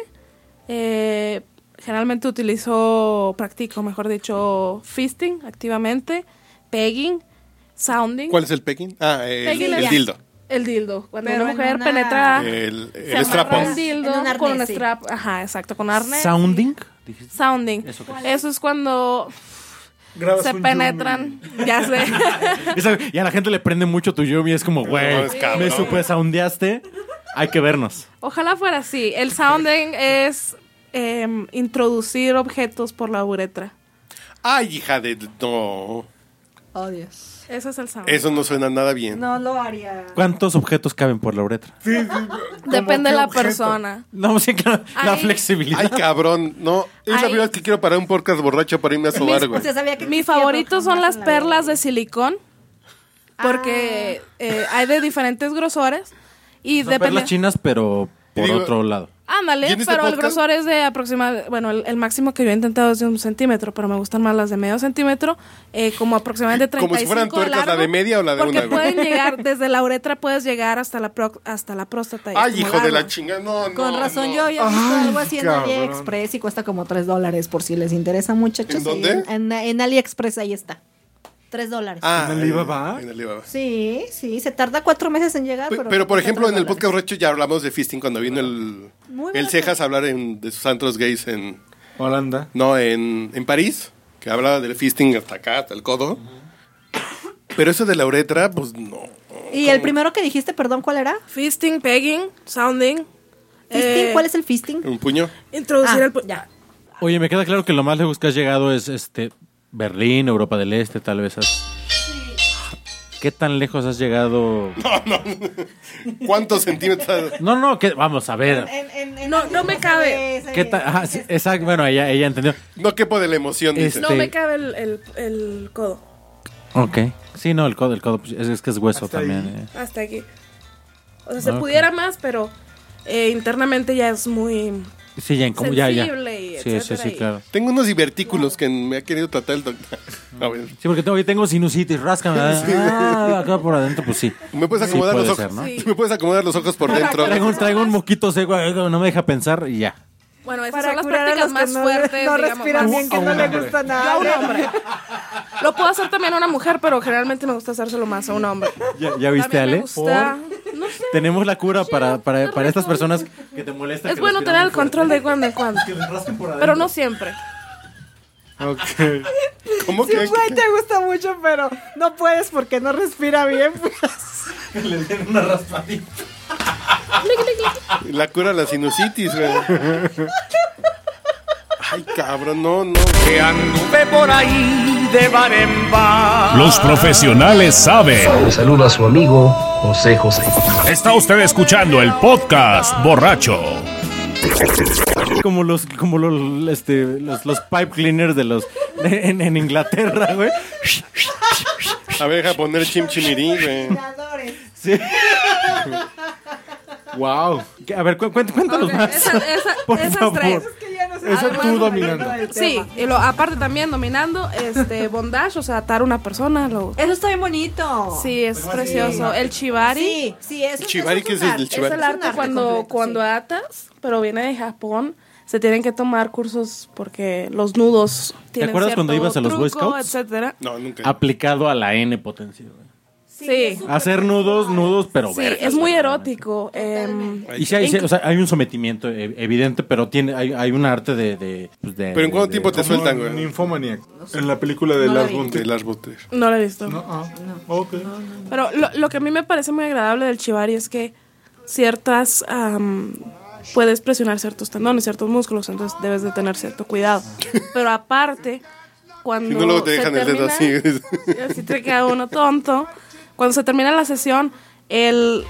eh, generalmente utilizo, practico, mejor dicho, fisting activamente, pegging, sounding. ¿Cuál es el Pekín? Ah, el, Pegging el es- dildo. Eh, El dildo. Cuando Pero una en mujer una- penetra... El, se el amarra strapón. un dildo En un arnés, con un sí. strap. Ajá, exacto, con arnés. Sounding. dijiste. Sounding. ¿Eso Eso, qué es cuando Grabas se un penetran, ya sé. Esa- y a la gente le prende mucho tu Yumi, es como, güey, mames, cabrón. me super soundeaste, hay que vernos. Ojalá fuera así. El sounding es em, introducir objetos por la uretra. Ay, hija de... No. Oh, Dios. Ese es el sounding. Eso no suena nada bien. No lo haría. ¿Cuántos objetos caben por la uretra? Sí, sí, como Depende de qué la objeto. persona. No, sí, claro, la Ay. flexibilidad. Ay, cabrón. No. Es la Ay. primera vez que quiero parar un podcast borracho para irme a sobar, güey. O sea, sabía que Mis existía, favoritos pero son jamás las en la vida. Ah. perlas de silicón. Porque eh, hay de diferentes grosores. Y Son perlas depende. chinas, pero por Digo- otro lado. Ándale, ¿Y en pero este el podcast? grosor es de aproximadamente, bueno, el, el máximo que yo he intentado es de un centímetro, pero me gustan más las de medio centímetro, eh, como aproximadamente 35 Como si fueran tuercas, largo, la de media o la de Porque una, güey. pueden llegar, desde la uretra puedes llegar hasta la, pro- hasta la próstata. y es Ay, como hijo de la largo. chingada. No, no. Con razón, no. yo había visto Ay, algo así en cabrón. AliExpress y cuesta como 3 dólares por si les interesa, muchachos. ¿En Sí, dónde? En, en AliExpress ahí está. 3 dólares. Ah, ¿En Alibaba? En Alibaba. Sí, sí, se tarda 4 meses en Ah, llegar. Pero, Pero, pero, por cuesta ejemplo, tres en el dólares. podcast borracho ya hablamos de fisting cuando vino el, Muy el bueno. Cejas a hablar en- de sus antros gays en, Holanda. No, en, en París, que hablaba del fisting hasta acá, hasta el codo. Pero eso de la uretra, pues no. Y el primero que dijiste, perdón, ¿cuál era? Fisting, pegging, sounding. ¿Fisting? eh, ¿Cuál es el fisting? Un puño. Introducir Ah, el... pu- ya. Oye, me queda claro que lo más lejos que has llegado es este Berlín, Europa del Este, tal vez has... ¿Qué tan lejos has llegado? ¿Cuántos centímetros? No, no, que vamos a ver. No, no me cabe. ¿Qué tan- ajá, sí, exacto, bueno, ella, ella entendió. No quepo de la emoción, dice. Este, No Este- me cabe el, el- el codo. Ok. Sí, no, el codo, el codo, pues, es, es que es hueso Hasta también. ahí. eh. Hasta aquí. O sea, se Ah, Ok. pudiera más, pero eh, internamente ya es muy... eh. Sí, ya, en como- ya, ya. Sensible y Sí, sí, etcétera sí, y- claro. Tengo unos divertículos que me ha querido tratar el doctor. A ver, Sí, porque tengo, tengo sinusitis, ráscame. Ah, acá por adentro, pues sí. ¿me puedes Sí, acomodar puede los ser, ojos? ¿no? Sí. ¿Me puedes acomodar los ojos por dentro? Traigo, un- traigo un moquito seco, eh, no me deja pensar y ya. Bueno, esas Para son las curar a prácticas los que más no, fuertes, no digamos, respiran más- bien, que no le gusta nada. a un hombre. Lo puedo hacer también a una mujer, pero generalmente me gusta hacérselo más a un hombre. ¿Ya, ya viste, También Ale? me gusta. No sé. Tenemos la cura para, para, está para estas rico. personas que te molesta. Es bueno tener el control de cuando en cuando. Pero no siempre. Ok. ¿Cómo Sí, que? güey, te gusta mucho, pero no puedes porque no respira bien. pues. La cura a la sinusitis, güey. Ay, cabrón, no, no. Los profesionales saben. Le saludo a su amigo José José. Está usted escuchando el podcast borracho. Como los, como los, este, los, los pipe cleaners de los de- en, en Inglaterra, güey. A ver, deja poner chim chimirí, güey. Sí. Wow. A ver, cu- cuént- cuéntanos más. Esa- esa- Por esas favor. tres. Eso Además, tú no me dominando. Sí, y lo, aparte también dominando este bondage, o sea, atar a una persona. Lo, Eso está bien bonito. sí, es precioso. El chivari. Sí, sí, eso Chivari, eso ¿qué es es un el arte. del chivari? Es el Es un arte arte cuando, completo, cuando sí. atas, pero viene de Japón. Se tienen que tomar cursos porque los nudos tienen acuerdas cierto cuando ibas a los truco, Boy Scouts? etcétera. No, nunca. Aplicado a la N potencia, güey. Sí, Hacer nudos, nudos, Ah, pero sí, vergas, es muy güey. erótico. em, Y sí, hay, sí, o sea, hay un sometimiento eh, evidente, pero tiene, hay, hay un arte de, de, pues, de- ¿Pero en de- cuánto de- tiempo te sueltan, güey? Infomaniac. En la película de Lars von De Trier. Lars von Trier. no lo he visto. Ah, ok. Pero lo, lo que a mí me parece muy agradable del chivari es que ciertas... am, puedes presionar ciertos tendones, ciertos músculos, entonces debes de tener cierto cuidado. Pero aparte, cuando... Si no, luego te se dejan el dedo termina- así. Y así te queda uno tonto. Cuando se termina la sesión, el,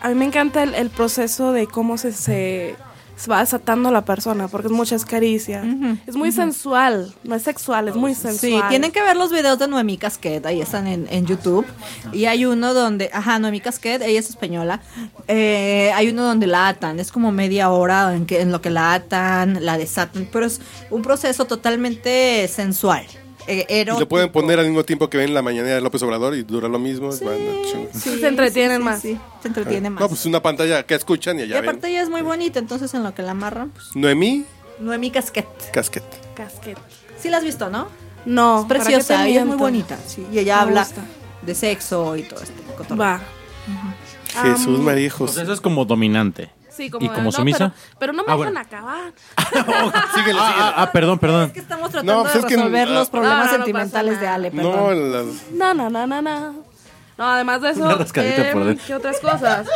a mí me encanta el, el proceso de cómo se, se, se va desatando la persona, porque es muchas caricias. Es muy sensual, no es sexual, es muy sensual. Sí, tienen que ver los videos de Noemí Casquet, ahí están en, en YouTube. Y hay uno donde, ajá, Noemí Casquet, ella es española. Eh, hay uno donde la atan, es como media hora en, que, en lo que la atan, la desatan, pero es un proceso totalmente sensual. eh, Y erótico. lo pueden poner al mismo tiempo que ven la mañanera de López Obrador y dura lo mismo. Bueno, chinga. Sí, se entretienen más. se entretienen más. No, pues una pantalla que escuchan y y allá ven. aparte ella es muy bonita, entonces en lo que la amarran, pues, Noemí Noemí Casquet. Casquet. Casquet. Sí la has visto, ¿no? No, Es ¿para qué preciosa, te ella es muy miento? bonita. sí, y ella Me habla gusta. de sexo y todo este cotorreo. Va. Jesús María O José. sea, eso es como dominante. Ah, mm. Sí, como, ¿Y como no, sumisa? Pero, pero no me Ah, dejan bueno. acabar. Síguele, Ah, síguele. ah, ah, perdón, perdón. Es que estamos tratando No, pues de es que- resolver los problemas No, no, no sentimentales pasa de nada. Ale, perdón. No, las- Na, na, na, na, na. No, además de eso, eh, Una rascadita por dentro. ¿qué otras cosas?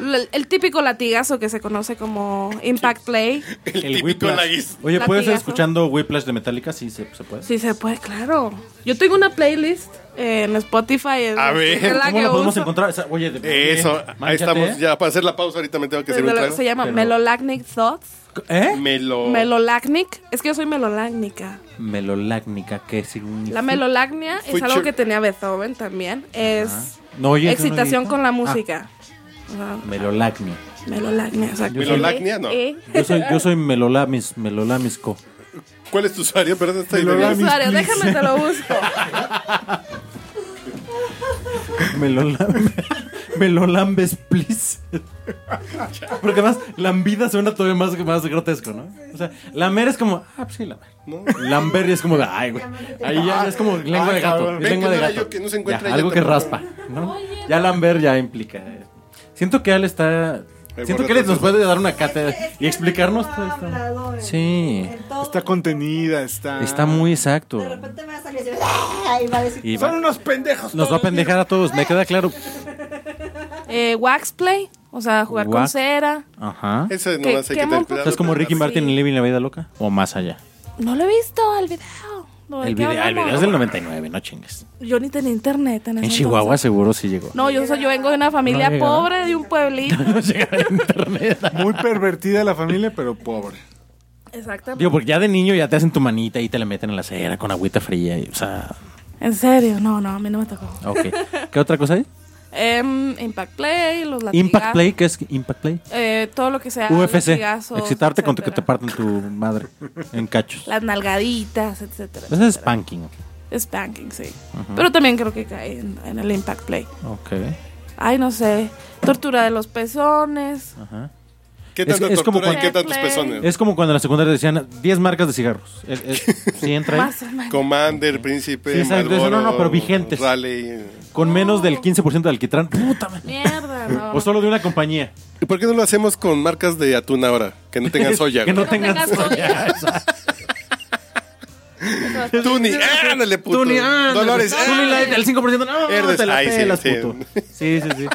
El, el típico latigazo que se conoce como Impact Play. el, El típico Whiplash. laguis. Oye, ¿puedes estar Latigazo. escuchando Whiplash de Metallica? Sí, se, se puede. Sí se puede, claro. Yo tengo una playlist eh, en Spotify. es- A ver, es ¿Cómo la que podemos uso. encontrar? O sea, Oye, de- Eso, ahí Mánchate. estamos ya. Para hacer la pausa ahorita me tengo que hacer un Se trago. llama eh. Pero- Melolacnic Thoughts. ¿Eh? Melo. Melolacnic. Es que yo soy melolácnica. Melolácnica, ¿qué significa? La melolacnia es Future. algo que tenía Beethoven también. Es ¿No Ah. oyes excitación una con la guitarra? música. Ajá, Melolacnia. melolacnia, exacto. Melolacnia, no. Eh, Yo soy, yo soy melolamis, melolamisco. ¿Cuál es tu usuario? Perdón, está ahí. mi Melolamis. usuario, déjame te lo busco. Melolam- Melolambes, please. Porque además, lambida suena todavía más, más grotesco, ¿no? O sea, lamer es como, ah, pues sí, lamer. Lamber es como de, ay, güey. Ahí ya es como lengua de gato. Ah, cabrón. es Ven lengua que de no era gato. yo, que no se encuentra Ya, ella algo que tampoco. raspa, ¿no? Ya lamber ya implica. eh. Siento que Al está. El Siento que borracho Al nos es- puede dar una cátedra y explicarnos todo esto. Sí. Está contenida, está. Está muy exacto. me va a salir así, ¡ah! y va a decir, Y va- Son unos pendejos. nos va a todos. pendejar a todos, me queda claro. Eh, wax play, o sea, jugar Wax. con cera. Ajá. Ese Que nomás hay que quema un tener poco. cuidado. ¿Estás como pero Ricky nada. Martin en Living la Vida Loca? ¿O más allá? No lo he visto, el video. Pues No, ¿de El qué video, el hablamos? video es del 99, no chingues. Yo ni tenía internet en, ese En entonces. Chihuahua seguro sí llegó. No, yo, soy- yo vengo de una familia llegaba. pobre, de un pueblito. No llega a internet. Muy pervertida la familia, pero pobre. Exactamente. Digo, porque ya de niño ya te hacen tu manita y te la meten en la cera con agüita fría. y, o sea, En serio, no, no, a mí no me tocó. ok. ¿Qué otra cosa hay? Em, Impact Play, los latigazos. Impact Play, ¿qué es Impact Play? eh, todo lo que sea. UFC. latigazos, Excitarte con que te etcétera. parten tu madre en cachos. Las nalgaditas, etcétera. Eso es etcétera. spanking. Spanking, sí. Pero también creo que cae en, en el Impact Play. Ok. Ay, no sé. Tortura de los pezones. Ajá. ¿Qué Es- tanto es como tortura y cuando- qué tantos Play. pezones? Es como cuando en la secundaria decían 10 marcas de cigarros. Es- es- sí entra ahí. Más o menos. Commander, Príncipe, Sí, exacto, eso no, no, pero vigentes. Raleigh. Con menos del 15% de alquitrán. Puta madre. Mierda, no. O solo de una compañía. ¿Y por qué no lo hacemos con marcas de atún ahora? Que no tengan soya. Que no güey. tengan tengas soya. soya. exacto. Tuni, ¡ah, ándale, puto. Tuni, ah, Dolores, no, Tuni ¡ah! Light del 5%. No, Verdes, te la ay, sí, pelas, sí. puto. Sí, sí, sí.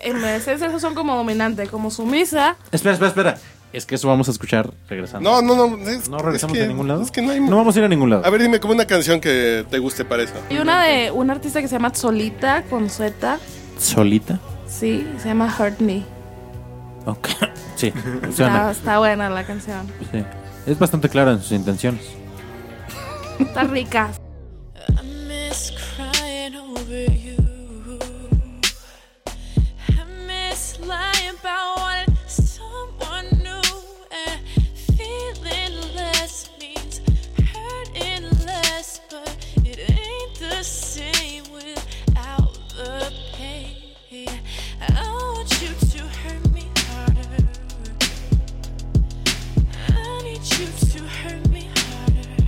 En vez de esos son como dominantes, como sumisa. Espera, espera, espera. Es que eso vamos a escuchar regresando. No, no, no. es- No regresamos es que- a ningún lado. Es que no hay. No vamos a ir a ningún lado. A ver, dime como una canción que te guste para eso. Hay una de un artista que se llama Solita, con Z. Solita. Sí, se llama Hurt Me. Ok. Sí, Está, suena. está buena la canción. Sí. Es bastante clara en sus intenciones. Está rica. I miss crying over you. I miss lying about wanting someone new and feeling less means hurting less, but it ain't the same without the pain. I want you to hurt me harder. I need you to hurt me harder.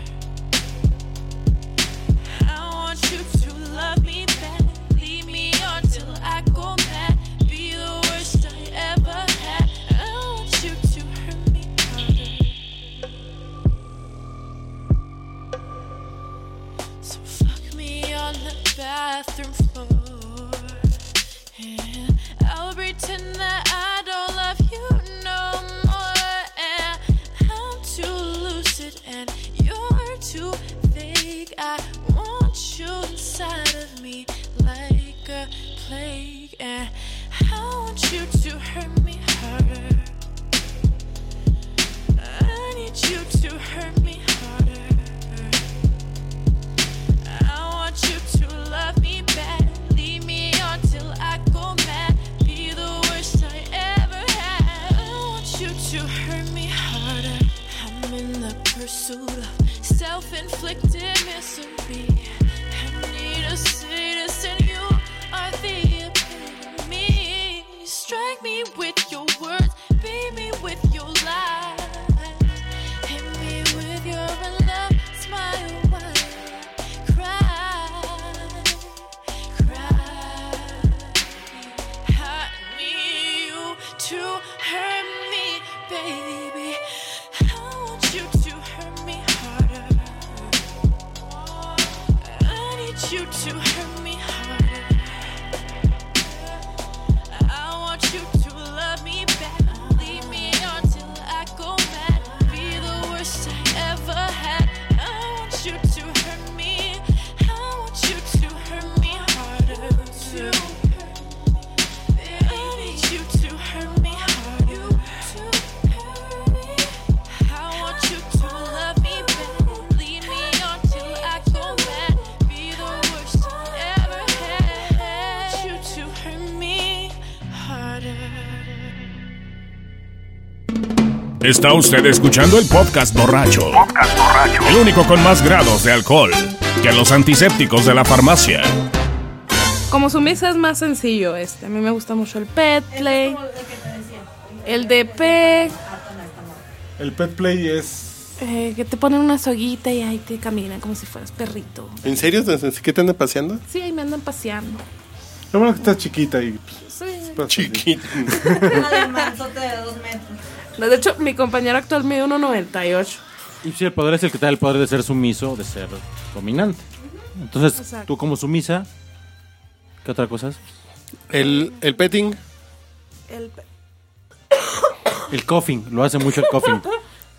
I want you to love me back. Leave me on till I go mad. Be the worst I ever had. I want you to hurt me harder. So fuck me on the bathroom floor. And I'll pretend that I don't love you no more. And I'm too lucid and you're too vague. I want you inside of me like a plague. And I want you to hurt me harder. pursuit of self-inflicted misery. I need a citizen. You are the epitome. Strike me with your words, beat me with your lies, hit me with your love, smile, while cry, cry. I need you to hurt me, baby. I want you to hurt me harder. I need you to hurt me harder. I want you to love me back. Leave me until I go mad. Be the worst I ever had. I want you to hurt me. I want you to hurt me harder. I need you to hurt me harder. I want you to love me back. Leave me until I go mad. Be the worst I ever had. I want you to hurt me harder. Está usted escuchando el podcast borracho. El único con más grados de alcohol que los antisépticos de la farmacia. Como su mesa es más sencillo este. A mí me gusta mucho el pet Este play. El DP, El pet play es. eh, que te ponen una soguita y ahí te caminan como si fueras perrito. ¿En serio? ¿Qué te andan paseando? Sí, ahí me andan paseando. Lo bueno que estás chiquita y. pues, Sí. pasa así. Chiquito. Una de manzote de dos metros. No, De hecho, mi compañero actual mide 1.98. Y si el poder es el que te da el poder de ser sumiso, de ser dominante. Entonces, Exacto. tú como sumisa, ¿qué otra cosa es? El, el petting. El pe- El coughing, lo hace mucho el coughing.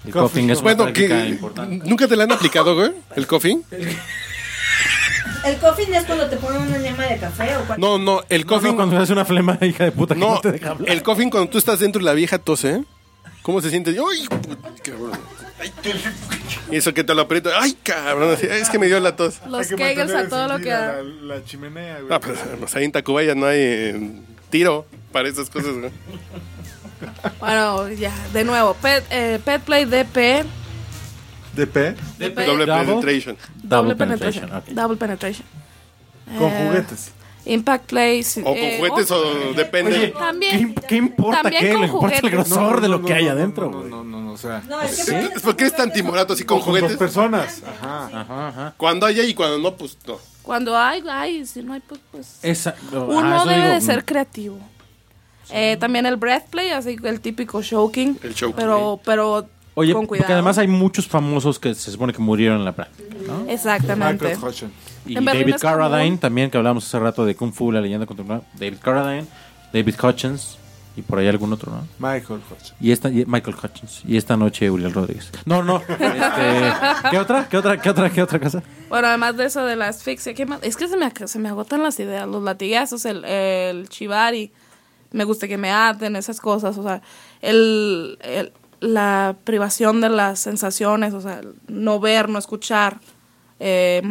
El coughing es una Bueno, práctica que importante. nunca te la han aplicado, güey. El coffee. El coffin es cuando te ponen una yema de café o cuando. No, no, el coffee. No, No, cuando haces una flema, hija de puta, que no, te deja hablar. el coffee cuando tú estás dentro y la vieja tose, ¿eh? ¿Cómo se siente? ¡Ay, put- cabrón! Ay, qué- Eso que te lo aprieta. ¡Ay, cabrón! Así, Es que me dio la tos. los Hay que kegels mantener a todo lo que encendida da. La, la chimenea, güey. Ah, pues, pues, ahí en Tacubaya no hay eh, tiro para esas cosas, güey. Bueno, ya, de nuevo. Pet, eh, pet play DP. DP DP Double. Doble penetration. Double penetration. ok. Double penetration. con Eh, juguetes. Impact play. eh, oh. O con juguetes o depende. Oye, También- ¿qué, qué importa también qué? con Lo importa el juguetes. grosor de lo No, que no, hay no, adentro, No, güey. no, no, no, o sea. No, es que ¿Por qué- ¿Por qué eres tan timorato así con Con dos juguetes? personas. Ajá. Ajá, ajá. Cuando haya y cuando no, pues no. Cuando hay, hay. Si no hay, pues. pues. Esa, Uno ah, eso debe digo, de ser creativo. Eh, también el breath play, así que el típico choking. El choking. Pero, pero Oye, con cuidado. porque además hay muchos famosos que se supone que murieron en la práctica. Ah, Exactamente. Michael Hutchins. Y En Berlín David es Carradine, común. también que hablamos hace rato de Kung Fu, la leyenda contemporánea. David Carradine, David Hutchins y por ahí algún otro, ¿no? Michael Hutchins. Y esta, y- Michael Hutchins. Y esta noche Uriel Rodríguez. No, no. este, ¿Qué otra? ¿Qué otra? ¿Qué otra? ¿Qué otra cosa? Bueno, además de eso de la asfixia, ¿qué más? Es que se me, ac- se me agotan las ideas, los latigazos, el, el chivari, me gusta que me aten, esas cosas, o sea, el, el- la privación de las sensaciones, o sea, el no ver, no escuchar. Eh,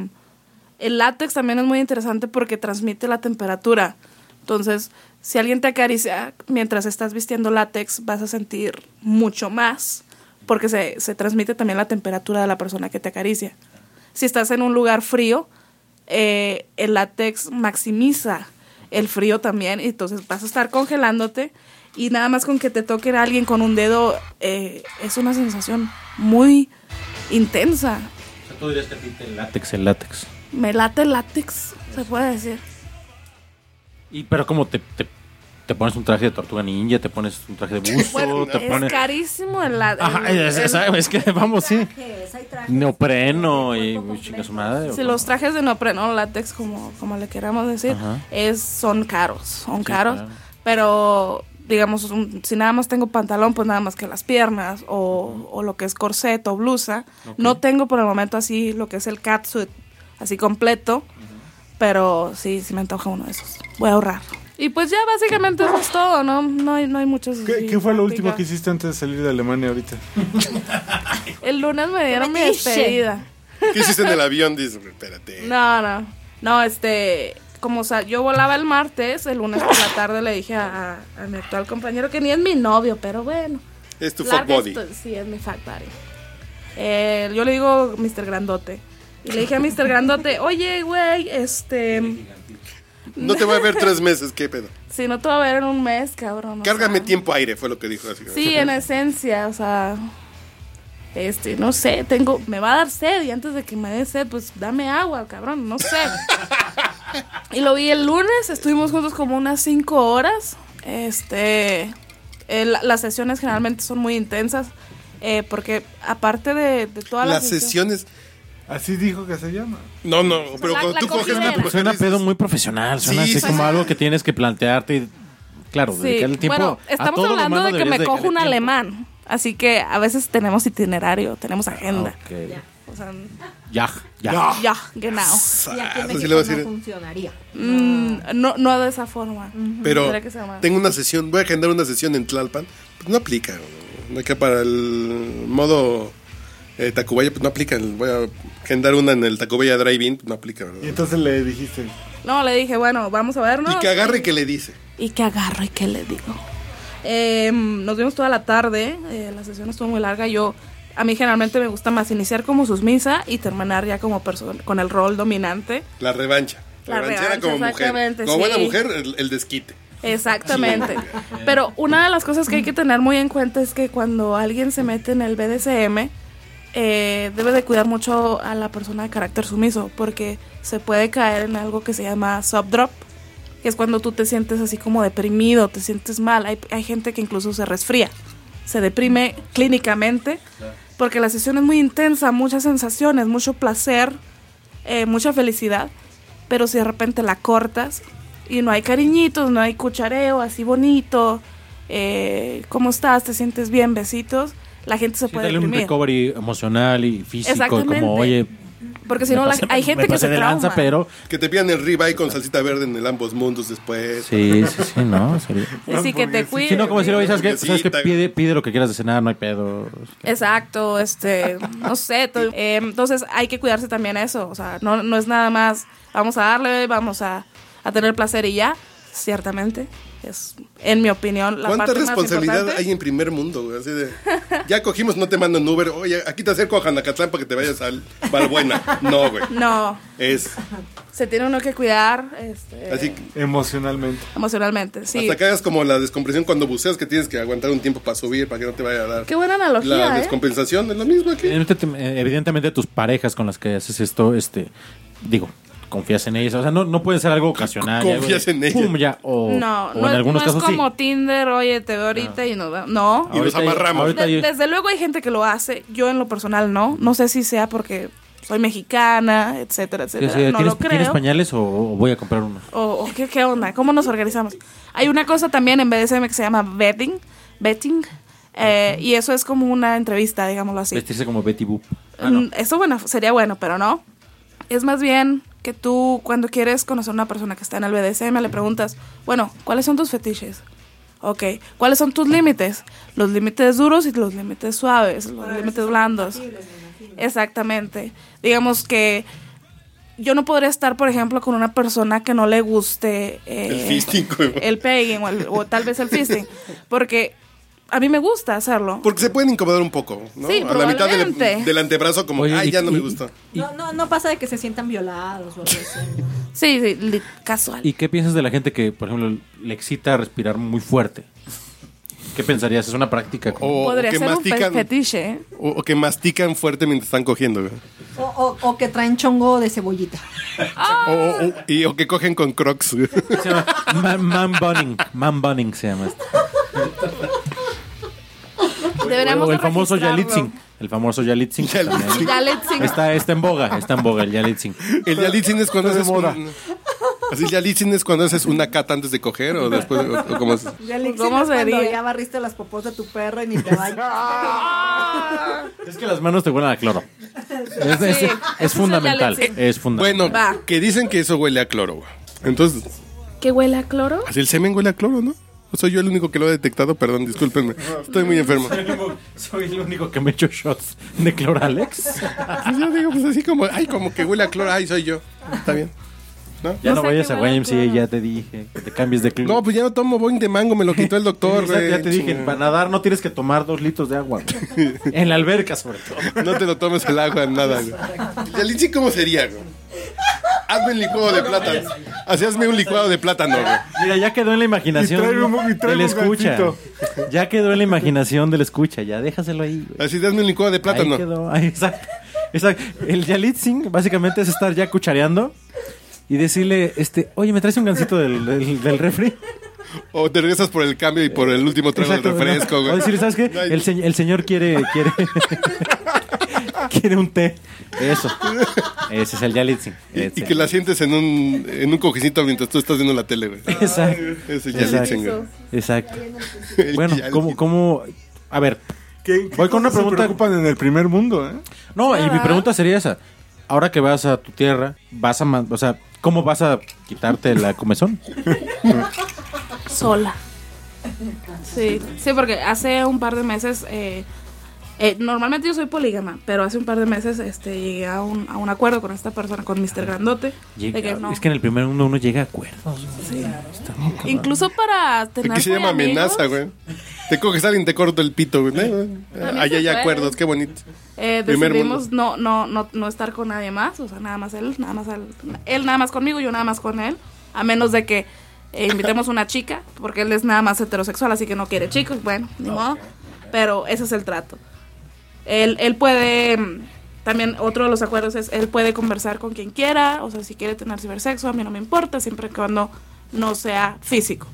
el látex también es muy interesante porque transmite la temperatura. Entonces, si alguien te acaricia mientras estás vistiendo látex, vas a sentir mucho más porque se, se transmite también la temperatura de la persona que te acaricia. Si estás en un lugar frío, eh, el látex maximiza el frío también, y entonces vas a estar congelándote y nada más con que te toquen a alguien con un dedo eh, es una sensación muy intensa. Tú dirías que a ti te látex, el látex. Me late el látex, se puede decir. Y, pero como te, te, te pones un traje de tortuga ninja, te pones un traje de buzo, Bueno, te es pones... carísimo el la- Ajá, el- es, el- es- es que vamos, sí. hay trajes. Neopreno y uy, chinga su madre. si los trajes de neopreno, látex, como, como le queramos decir, Ajá. es, son caros, son Sí, caros. claro. Pero, digamos, un- si nada más tengo pantalón, pues nada más que las piernas o, o lo que es corset o blusa. No tengo por el momento así lo que es el catsuit, así completo. Pero sí, sí me antoja uno de esos. Voy a ahorrar. Y pues ya básicamente eso es todo, ¿no? No hay, no hay muchos. ¿Qué, así qué fue lo último complicados. que hiciste antes de salir de Alemania ahorita? El lunes me dieron mi Fetiche. despedida. ¿Qué hiciste en el avión? Dices, espérate. No, no. No, este. Como, o sea, yo volaba el martes, el lunes por la tarde le dije a, a- a mi actual compañero que ni es mi novio, pero bueno. Es tu fuck larga body. esto- Sí, es mi fuck body. eh, yo le digo Mr. Grandote. Y le dije a Mr. Grandote, oye, güey, este... No te voy a ver tres meses, qué pedo. Si no te va a ver en un mes, cabrón. o Cárgame sea. tiempo aire, fue lo que dijo. Así. Sí, en esencia, o sea... Este, no sé, tengo... Me va a dar sed y antes de que me dé sed, pues dame agua, cabrón, no sé. y lo vi el lunes, estuvimos juntos como unas cinco horas. Este... eh, la- las sesiones generalmente son muy intensas. eh, porque aparte de, de todas las, Las sesiones. Así dijo que se llama. No, no, pero La- cuando la tú coges una cogidera. mujer. Suena dices, pedo muy profesional, suena Sí, así sí, como sí. algo que tienes que plantearte. y, Claro, Sí, dedicar el tiempo. Bueno, a estamos todo lo hablando humano de que me deberías cojo un dedicarle tiempo. alemán. Así que a veces tenemos itinerario, tenemos agenda. Ah, Ok. O sea, Ya, ya. ya, genau. Y aquí en México así pues le voy a no decir. funcionaría. Mm, no, no de esa forma. Pero Tendría que ser más. tengo una sesión, voy a agendar una sesión en Tlalpan. Pues no aplica. No que para el modo eh, Tacubaya, pues no aplica. Voy a agendar una en el Tacubaya Drive-In, pues no aplica, Y ¿verdad? entonces le dijiste, No, le dije, bueno, vamos a vernos. Y que agarre y que le dice. Y que agarro Ah, y que le digo. Eh, nos vimos toda la tarde, eh, la sesión estuvo muy larga. Yo, a mí generalmente me gusta más iniciar como susmisa y terminar ya como persona, con el rol dominante. La revancha. La Revanchera revancha, como mujer. exactamente, Como buena sí. mujer, el, el desquite. Exactamente. Pero una de las cosas que hay que tener muy en cuenta es que cuando alguien se mete en el BDSM, eh, debe de cuidar mucho a la persona de carácter sumiso, porque se puede caer en algo que se llama subdrop, que es cuando tú te sientes así como deprimido, te sientes mal. Hay, hay gente que incluso se resfría, se deprime clínicamente, porque la sesión es muy intensa, muchas sensaciones, mucho placer, eh, mucha felicidad, pero si de repente la cortas y no hay cariñitos, no hay cuchareo así bonito, eh, ¿cómo estás? ¿Te sientes bien? Besitos. La gente se Sí, puede dale un deprimir. recovery emocional y físico, Exactamente. como, oye, Porque si me no, la- pasé- hay gente me que pasé se de lanza, trauma. pero... Que te pidan el ribeye con salsita verde en el ambos mundos después. Sí, sí, sí, no, sería... Así que te cuides. Si no, como decir, oye, ¿sabes qué? ¿Sabes qué? Hamburguesita. Pide, pide lo que quieras de cenar, no hay pedo. Exacto, este, no sé. to- eh, entonces hay que cuidarse también eso. O sea, no, no es nada más, vamos a darle, vamos a, a tener placer y ya. Ciertamente, es, en mi opinión, la ¿Cuánta parte más responsabilidad importante. hay en primer mundo? güey? Así de, ya cogimos, no te mando en Uber. Oye, aquí te acerco a Janacatlán para que te vayas al Valbuena. No, güey. No, Es se tiene uno que cuidar este, así. que emocionalmente. emocionalmente, sí. Hasta que hagas como la descompresión cuando buceas, que tienes que aguantar un tiempo para subir, para que no te vaya a dar. Qué buena la analogía, ¿eh? descompensación es lo mismo aquí. Evidentemente, eh, Evidentemente tus parejas con las que haces esto, este, digo, confías en ellas. O sea, no, no puede ser algo ocasional. ya, Confías güey, en ellas. pum, ya, o, No, o no, en es- algunos no casos es como sí. Tinder, oye, te veo ahorita y nos vamos. No. Y nos Ahorita- amarramos. ahorita De- yo- desde luego hay gente que lo hace. Yo en lo personal no. No sé si sea porque soy mexicana, etcétera, yo etcétera. sé, no ¿tienes, lo creo. ¿Tienes pañales o, o voy a comprar uno? o o qué, qué onda? ¿Cómo nos organizamos? Hay una cosa también en BDSM que se llama betting. Betting. eh, y eso es como una entrevista, digámoslo así. Vestirse como Betty Boop. Ah, Mm, Eso bueno, sería bueno, pero no. Es más bien que tú, cuando quieres conocer a una persona que está en el BDSM, le preguntas, bueno, ¿cuáles son tus fetiches? Ok, ¿cuáles son tus límites? Los límites duros y los límites suaves, los límites blandos. Exactamente. Digamos que yo no podría estar, por ejemplo, con una persona que no le guste eh, El fisting, güey. el pegging o, el- o tal vez el fisting, porque a mí me gusta hacerlo. Porque se pueden incomodar un poco, ¿no? Sí, a la mitad del, probablemente. del antebrazo, como, Oye, ay, y- ya no me y- gustó. No, no, no pasa de que se sientan violados o algo así. ¿no? Sí, sí, li- casual. ¿Y qué piensas de la gente que, por ejemplo, le excita respirar muy fuerte? ¿Qué pensarías? Es una práctica. como- O, o Podría que ser un fe- mastican, fetiche. ¿eh? o, o que mastican fuerte mientras están cogiendo, güey. O, o- o que traen chongo de cebollita. O, o- o- y, o que cogen con crocs, güey. Se llama man, man Bunning. Man Bunning se llama esto. Deberíamos o el de famoso registrarlo. Yalitzin. El famoso Yalitzin. que también- Yalitzin. Yalitzin. Está, está en boga, está en boga el Yalitzin. El yalitzin es cuando Está de haces moda. un- Así, el yalitzin es cuando haces una cata antes de coger o después, o, o como haces. Ya le ¿Cómo exiges cuando sería? ya Pues, barriste las popos de tu perro y ni te bañas. Es que las manos te huelen a cloro. Es, es- Sí, es ese es el fundamental, Yalitzin. es fundamental. Bueno, Va. que dicen que eso huele a cloro, güey. Entonces, ¿Qué huele a cloro? así el semen huele a cloro, ¿no? ¿O soy yo el único que lo ha detectado? Perdón, discúlpenme. Estoy muy enfermo. Soy el único que me echo shots de cloralex. Pues yo digo, pues así como, ay, como que huele a cloro, ay, soy yo. Está bien. ¿no? Ya no, No sé vayas qué a huele, YMCA, ya te dije. Que te cambies de club. No, pues ya no tomo Boeing de mango, me lo quitó el doctor, Exacto, güey. ya te dije, para nadar no tienes que tomar dos litros de agua. güey. en la alberca, sobre todo. No te lo tomes el agua, nada, güey. ¿Y el Itzi cómo sería, güey? Hazme un licuado de plátano. Así hazme un licuado de plátano, güey. Mira, ya quedó en la imaginación. Y tráeme un- y tráeme del un escucha. gancito. Ya quedó en la imaginación del escucha, ya déjaselo ahí. güey. Así hazme un licuado de plátano. Ahí quedó, ahí, exacto. Exacto. El Yalitzing básicamente es estar ya cuchareando y decirle, este, oye, ¿me traes un gancito del, del, del refri? O te regresas por el cambio y por el último trago del Exacto, ¿no? refresco, güey. O decirle, ¿sabes qué? No hay- El, se- el señor quiere, quiere, quiere un té. Eso. Ese es el Yalitzing. Y que la sientes en un, en un cojecito mientras tú estás viendo la tele, güey. Exacto. Ese ya Exacto. dicen, güey. Exacto. El Bueno, Yalitzing. ¿cómo, cómo? A ver, voy con una cosas se pregunta. preocupan en el primer mundo, ¿eh? No, y mi pregunta sería esa. Ahora que vas a tu tierra, vas a, man- o sea, ¿cómo vas a quitarte la comezón? sola. Sí, sí, porque hace un par de meses, eh, eh, normalmente yo soy polígama, pero hace un par de meses este, llegué a un, a un acuerdo con esta persona, con Mr. Grandote. de Llega- que no. Es que en el primer mundo uno llega a acuerdo. Sí. Incluso para tener... Aquí se llama muy amigos, amenaza, güey. Te coges a alguien, te corto el pito, güey. Ahí hay fue. acuerdos, qué bonito. eh, Primer decidimos no, no, no, no estar con nadie más, o sea, nada más él, nada más él, él nada más conmigo, yo nada más con él, a menos de que eh, invitemos una chica, porque él es nada más heterosexual, así que no quiere chicos, bueno, ni Ah, modo, pero ese es el trato. Él, él puede, mm, también otro de los acuerdos es, él puede conversar con quien quiera, o sea, si quiere tener cibersexo, a mí no me importa, siempre y cuando no sea físico.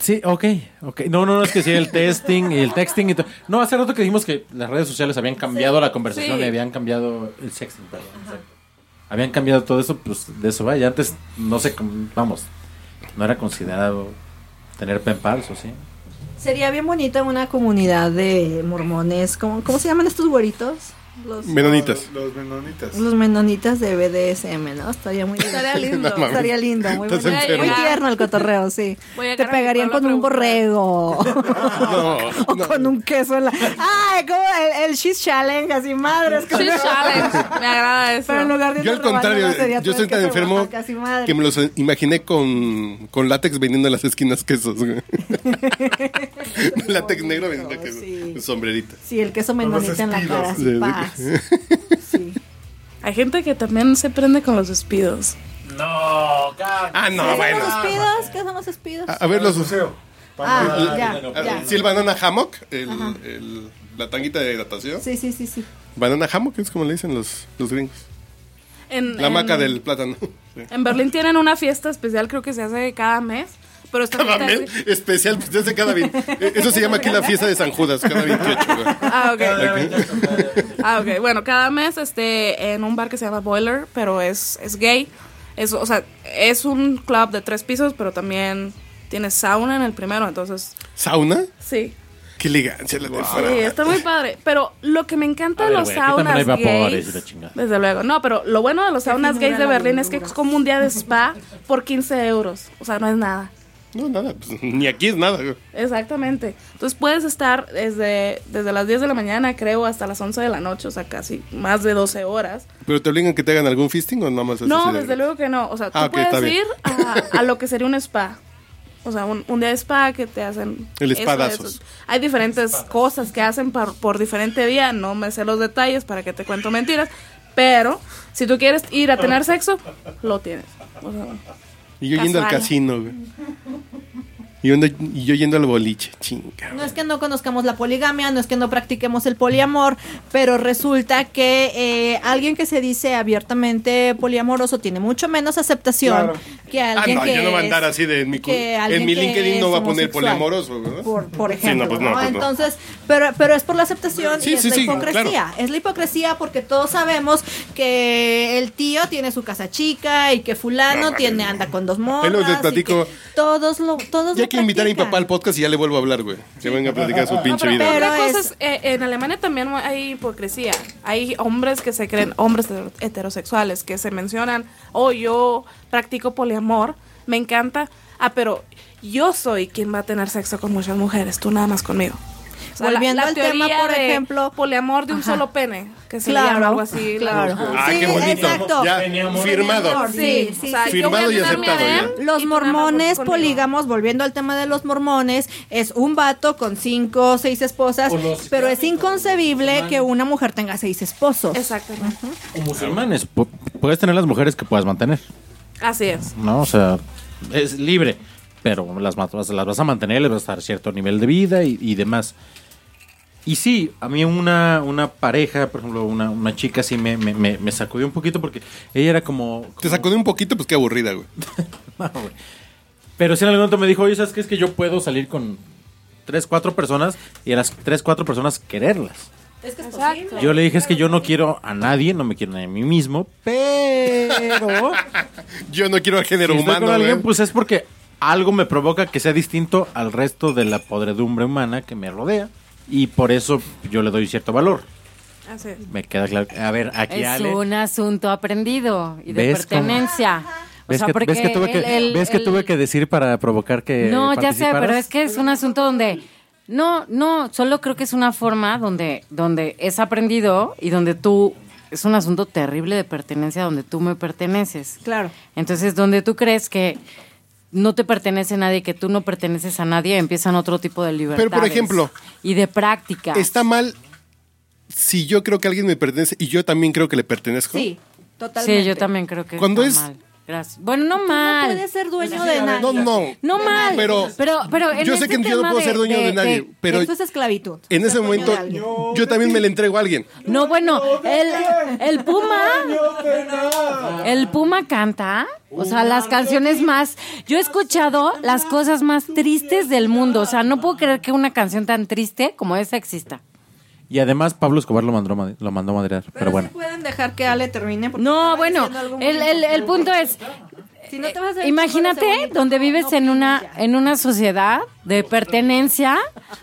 Sí, ok, ok. No, no, no, es que sí, el testing y el texting y todo. No, hace rato que dijimos que las redes sociales habían cambiado la conversación Sí. y habían cambiado el sexting, perdón. exacto. Habían cambiado todo eso, pues de eso va. Y antes, no sé, cómo- vamos, no era considerado tener pen pals, ¿o sí? Sería bien bonita una comunidad de mormones. ¿Cómo, cómo se llaman estos güeritos? Los, Menonitas. Los menonitas. Pues, los menonitas de BDSM, ¿no? Estaría muy Estaría lindo. mames. Estaría lindo, muy, Estás bonito. enfermo. Muy tierno el cotorreo, sí. Voy a Te agarrar mi pegarían con palo a un borrego. No, o con un queso en la. ¡Ay! Como el, el She's Challenge, así madres. con- She's Challenge, me agrada eso. Pero en lugar de Yo una al contrario, rebanada sería yo todo estoy el tan queso enfermo Oaxaca, así, madres. que me los eh, imaginé con, con látex vendiendo en las esquinas quesos, güey. látex negro vendiendo quesos. Sombrerita. Sí, el queso los menonita en la espinos. cara, Sí, así, sí. paz. Hay gente que también se prende con los despidos. Ah, no, ¿Qué son bueno. los espidos? ¿Qué son los espidos? A, a ver, los. Ah, Ah, ya, Eh, ya. Sí, el banana hammock, el, el- la tanguita de hidratación. Sí, sí, sí, sí. Banana hammock es como le dicen los, los gringos. En- La maca en- del plátano. Sí. En Berlín tienen una fiesta especial, creo que se hace cada mes. Pero esta Cada fiesta mes especial, pues, desde cada vein- eh, Eso se llama aquí la fiesta de San Judas, cada 28, güey. Ah, ok. Ok. Ah, ok. Bueno, cada mes este, en un bar que se llama Boiler, pero es, es gay. Es, o sea, es un club de tres pisos, pero también tiene sauna en el primero, entonces ¿Sauna? sí. Qué elegancia la de Sí, fuera. está muy padre. Pero lo que me encanta de ver, los güey, aquí también hay saunas vapores y gays. la chingada. Desde luego. No, pero lo bueno de los saunas gays de Berlín es que es como un día de spa por 15 euros. O sea, no es nada. No, nada, pues, ni aquí es nada, güey. Exactamente. Entonces puedes estar desde, desde las 10 de la mañana, creo, hasta las 11 de la noche, o sea, casi más de 12 horas. ¿Pero te obligan que te hagan algún fisting o nada más así No, de- desde luego que no. O sea, tú Ah, ok, está puedes bien. ir a, a lo que sería un spa. O sea, un, un día de spa que te hacen... El eso, espadazos. eso. Hay diferentes cosas que hacen por, por diferente día. No me sé los detalles para que te cuento mentiras. Pero si tú quieres ir a tener sexo, lo tienes. O sea, Y yo yendo al Casual. casino, güey. Y, onda- y yo yendo al boliche, chinga. No es que no conozcamos la poligamia, no es que no practiquemos el poliamor, pero resulta que eh, alguien que se dice abiertamente poliamoroso tiene mucho menos aceptación Claro. que Ah, alguien no, que yo no voy a andar es- así de en mi, cu- que alguien en mi que LinkedIn es no va a poner homosexual. poliamoroso, güey. Por, por Sí, no, ejemplo, pues no, ¿no? pues no. entonces, pero, pero es por la aceptación Sí, y es sí, la sí, hipocresía. claro. Es la hipocresía porque todos sabemos que el tío tiene su casa chica y que fulano tiene anda con dos morras. les y que pues platico. Todos lo, todos Ya lo hay que invitar a mi practican. papá al podcast y ya le vuelvo a hablar, güey. Que venga a platicar su pinche No, vida. pero- otra cosa es- es, eh, en Alemania también hay hipocresía. Hay hombres que se creen hombres hetero- heterosexuales que se mencionan, oh, yo practico poliamor, me encanta. Ah, pero yo soy quien va a tener sexo con muchas mujeres, tú nada más conmigo. la- Volviendo la al tema, teoría por de ejemplo- poliamor de un Ajá. solo pene, que se Claro, le llama algo así. claro. Ah, qué bonito. Ya, firmado. Sí, sí, O sea, sí. yo voy a Firmado y tener mi aceptado ya. ADM, Los mormones polígamos, volviendo al tema de los mormones, es un vato con cinco o seis esposas, O los pero es inconcebible que una mujer tenga seis esposos. Exactamente. O musulmanes, pu- puedes tener las mujeres que puedas mantener, Así es. ¿no? O sea, es libre, pero las, mat- las vas a mantener, les vas a dar cierto nivel de vida y, y demás. Y sí, a mí una, una pareja, por ejemplo, una, una chica sí me, me, me- me sacudió un poquito porque ella era como... Te sacudió un poquito, pues qué aburrida, güey. No, güey. Pero si en algún momento me dijo, oye, ¿sabes qué? Es que yo puedo salir con tres, cuatro personas y a las tres, cuatro personas quererlas. Es que es Exacto. Yo le dije, es que yo no quiero a nadie, no me quiero ni a mí mismo, pero... Yo no quiero a si género estoy humano, con alguien, güey. pues es porque algo me provoca que sea distinto al resto de la podredumbre humana que me rodea. Y por eso yo le doy cierto valor. Así es. Me queda claro. A ver, aquí Es Ale. un asunto aprendido y de ¿Ves cómo? pertenencia. O ¿Ves, sea, que, porque ves que tuve que, el- el- ves que el- tuve que decir para provocar que. No, ya sé, pero participaras? es que es un asunto donde no, no, solo creo que es una forma donde donde es aprendido y donde tú es un asunto terrible de pertenencia donde tú me perteneces. Claro. Entonces, donde tú crees que no te pertenece nadie, que tú no perteneces a nadie, empiezan otro tipo de libertades. ejemplo, y de práctica. Está mal si yo creo que alguien me pertenece y yo también creo que le pertenezco. Sí, totalmente. Sí, yo también creo que Cuando está es- mal. Gracias. Bueno, no mal. No puedes ser dueño de nadie. No, no. No mal, Pero- pero, pero, en yo sé este que yo no tema puedo ser dueño de nadie, pero- Esto es esclavitud. En ese Ser dueño momento, de alguien. yo también me le entrego a alguien. No, bueno, el, el Puma, el Puma canta, o sea, las canciones más, yo he escuchado las cosas más tristes del mundo, o sea, no puedo creer que una canción tan triste como esa exista. Y además Pablo Escobar lo mandó, a made- lo mandó a madrear. Pero, Pero, bueno. sí pueden dejar que Ale termine. porque No, estaba bueno, diciendo algo muy el, el, el punto es, Si no te vas a hacer chisme de Imagínate ese donde bonito, vives no en una opinas ya. en una sociedad de pertenencia,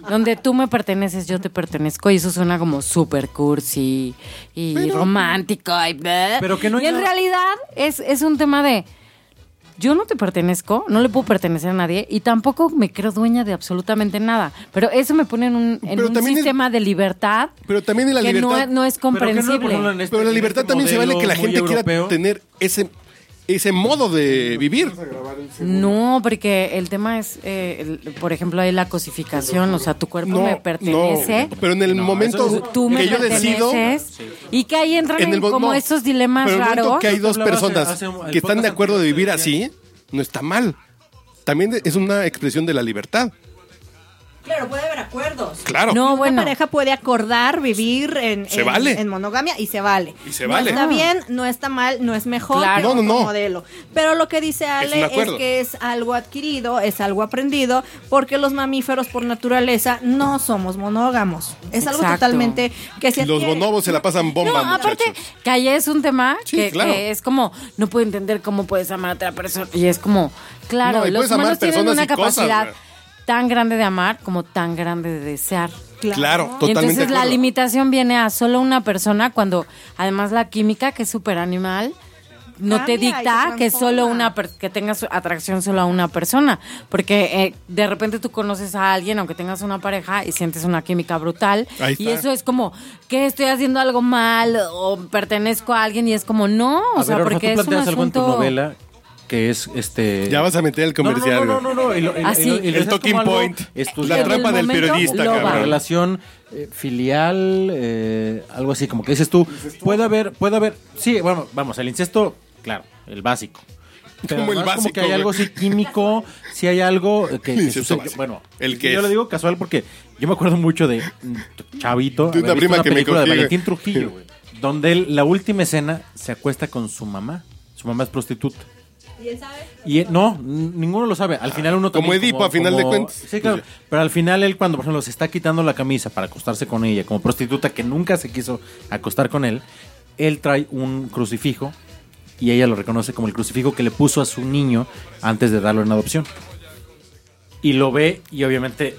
donde tú me perteneces, yo te pertenezco y eso suena como super cursi y romántico y, bleh. Pero que no hay Y en nada- realidad es es un tema de yo no te pertenezco, no le puedo pertenecer a nadie y tampoco me creo dueña de absolutamente nada. Pero eso me pone en un, en Pero un también es- sistema de libertad Pero también en la que no, libertad. es- no es comprensible. Pero este la libertad también se vale que la gente quiera tener tener ese, ese modo de vivir. No, porque el tema es, eh, el- por ejemplo, hay la cosificación, o sea, tu cuerpo No, me pertenece. no, pero en el momento tú- tú me que yo decido, perteneces, Y que ahí entran en el mo- como no, estos dilemas pero en el momento raros. que hay dos Hablaba hace- personas hace un- el que están de podcast acuerdo de anterior vivir te así, no está mal. También es una expresión de la libertad. Claro, puede haber acuerdos. Claro. No, Una bueno. pareja puede acordar vivir en, Se en- vale. en monogamia y se vale. Y se vale. No está bien, no está mal, no es mejor Ah. Claro. que No, no, otro no. modelo. Pero lo que dice un Ale es, acuerdo. que es algo adquirido, es algo aprendido, porque los mamíferos por naturaleza no somos monógamos. Es algo Exacto. totalmente que se Los adquiere. bonobos se la pasan bomba, no, aparte, muchachos. que ahí es un tema Sí, que, claro. que es como, no puedo entender cómo puedes amar a otra persona. Y es como, claro, No, y los puedes amar humanos tienen personas una y cosas, capacidad güey. tan grande de amar como tan grande de desear. Claro, Y totalmente. entonces de la acuerdo. limitación viene a solo una persona cuando además la química que es súper animal no Cambia y te se dicta que transforma. solo una per- que tengas atracción solo a una persona porque eh, de repente tú conoces a alguien aunque tengas una pareja y sientes una química brutal Ahí y está. eso es como que estoy haciendo algo mal o pertenezco a alguien y es como no o A sea ver, Orfa, porque tú es un planteas algo en tu asunto novela que es este. Ya vas a meter el comercial. No, no, no, no, no, y lo- y- Así. y lo- y lo El dejas como talking algo point. estudiado. La trampa Ah, En el del momento, periodista, lo La va. cabrón. relación eh, filial, eh, algo así, como que dices tú, puede haber, puede haber, sí, bueno, vamos, el incesto, claro, el básico. Pero Como el además Como básico, que hay güey. algo sí químico, si hay algo eh, que, El que incesto sucede. básico. Bueno, El que yo es. le digo casual porque yo me acuerdo mucho de mm, Chavito, De una haber visto prima que me película de cogí, güey. Valentín Trujillo, güey, donde él, la última escena se acuesta con su mamá. Su mamá es prostituta. Y él- no, n- ninguno lo sabe. Al final uno Ah, Como también, Edipo, a final de cuentas. Sí, claro. Pues Pero al final él cuando, por ejemplo, se está quitando la camisa para acostarse con ella, como prostituta que nunca se quiso acostar con él, él trae un crucifijo y ella lo reconoce como el crucifijo que le puso a su niño antes de darlo en adopción. Y lo ve y obviamente...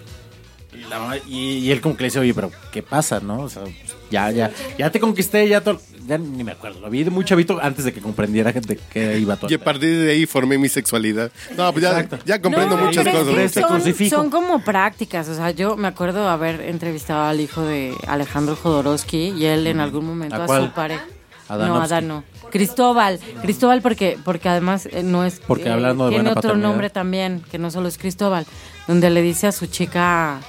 la mamá- y, y él como que le dice, oye, pero ¿qué pasa, no? O sea, pues, ya, ya, ya te conquisté, ya todo... ya ni me acuerdo. Lo vi de muy chavito antes de que comprendiera de qué iba todo. Y a partir de ahí formé mi sexualidad. No, pues ya, ya comprendo No, muchas pero es cosas. que Son, son como prácticas, o sea, yo me acuerdo haber entrevistado al hijo de Alejandro Jodorowsky y él en algún momento Mm. ¿A a, cuál? su pareja. No, Adanovsky. Adán no. Cristóbal, Cristóbal porque porque además eh, no es Porque hablando de tiene buena otro paternidad. nombre también, que no solo es Cristóbal, donde le dice a su chica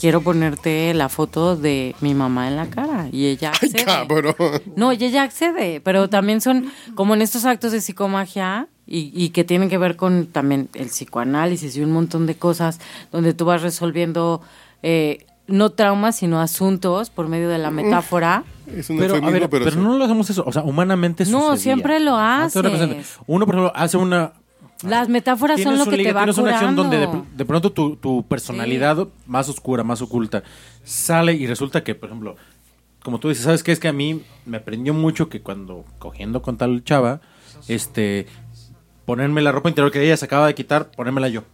quiero ponerte la foto de mi mamá en la cara y ella accede. No, y ella accede, pero también son como en estos actos de psicomagia y, y que tienen que ver con también el psicoanálisis y un montón de cosas donde tú vas resolviendo eh, no traumas, sino asuntos por medio de la metáfora. Es Pero, a ver, pero pues, no lo hacemos eso. O sea, humanamente No, sucedía. siempre lo Ah, te voy a haces. presentar. Uno, por ejemplo, hace una. Las metáforas son Tienes lo un que ligue, te va tienes una acción curando. donde de, pr- de pronto tu, tu personalidad más oscura, más oculta, sale y resulta que, por ejemplo, como tú dices, ¿sabes qué? Es que a mí me aprendió mucho que cuando cogiendo con tal chava, este, ponerme la ropa interior que ella se acaba de quitar, ponérmela yo.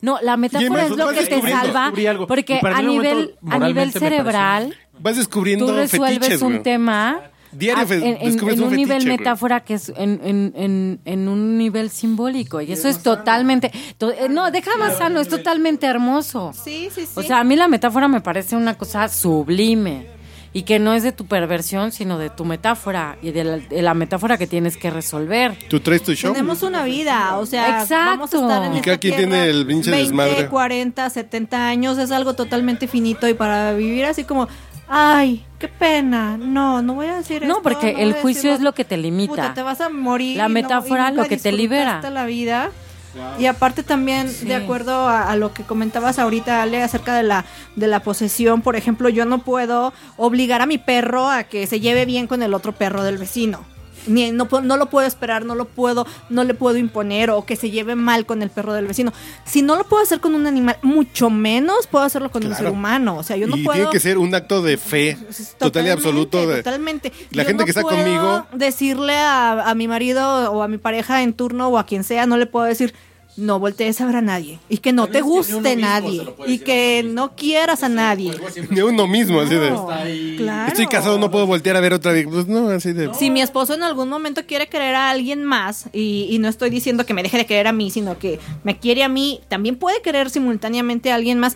No, la metáfora es lo que te descubriendo, salva descubrí algo. Y porque para a mí en un nivel, momento, a nivel moralmente me cerebral Vas descubriendo tú resuelves fetiches, un güey. tema Diario a- fe- en, en- descubres en un un, nivel fetiche, güey. metáfora que es en, en- en- en un nivel simbólico y eso es totalmente to- eh, no deja más sano es totalmente hermoso Sí, sí, sí. o sea a mí la metáfora me parece una cosa sublime y que no es de tu perversión sino de tu metáfora y de la, de la metáfora que tienes que resolver Pues Tú traes tu show. tenemos una vida, o sea, vamos a Exacto. estar en Y esta cada quien tierra tiene el pinche 20, desmadre. 40, 70 años, es algo totalmente finito y para vivir así como, ay, qué pena, no, no voy a decir no esto, porque no voy el a juicio decirlo. es lo que te limita Puta, te vas a morir. La y no- metáfora y lo nunca que te disfrutaste libera. la vida. Y aparte también, de acuerdo a, a lo que comentabas ahorita, Ale, acerca de la, de la posesión, por ejemplo, yo no puedo obligar a mi perro a que se lleve bien con el otro perro del vecino. Ni, no, pu- no lo puedo esperar, no lo puedo, no le puedo imponer o que se lleve mal con el perro del vecino. Si no lo puedo hacer con un animal, mucho menos puedo hacerlo con un Claro. ser humano. O sea, yo no y puedo. tiene que ser un acto de fe total y Totalmente, absoluto. de- Totalmente. La gente que está puedo conmigo- Decirle a, a mi marido o a mi pareja en turno o a quien sea, no le puedo decir, no voltees a ver a nadie. Y que no te guste nadie. Y que no quieras a nadie. De uno mismo, así de. Claro. Estoy casado, no puedo voltear a ver otra vez. Pues no, así de. Si mi esposo en algún momento quiere querer a alguien más, y, y no estoy diciendo que me deje de querer a mí, sino que me quiere a mí, también puede querer simultáneamente a alguien más.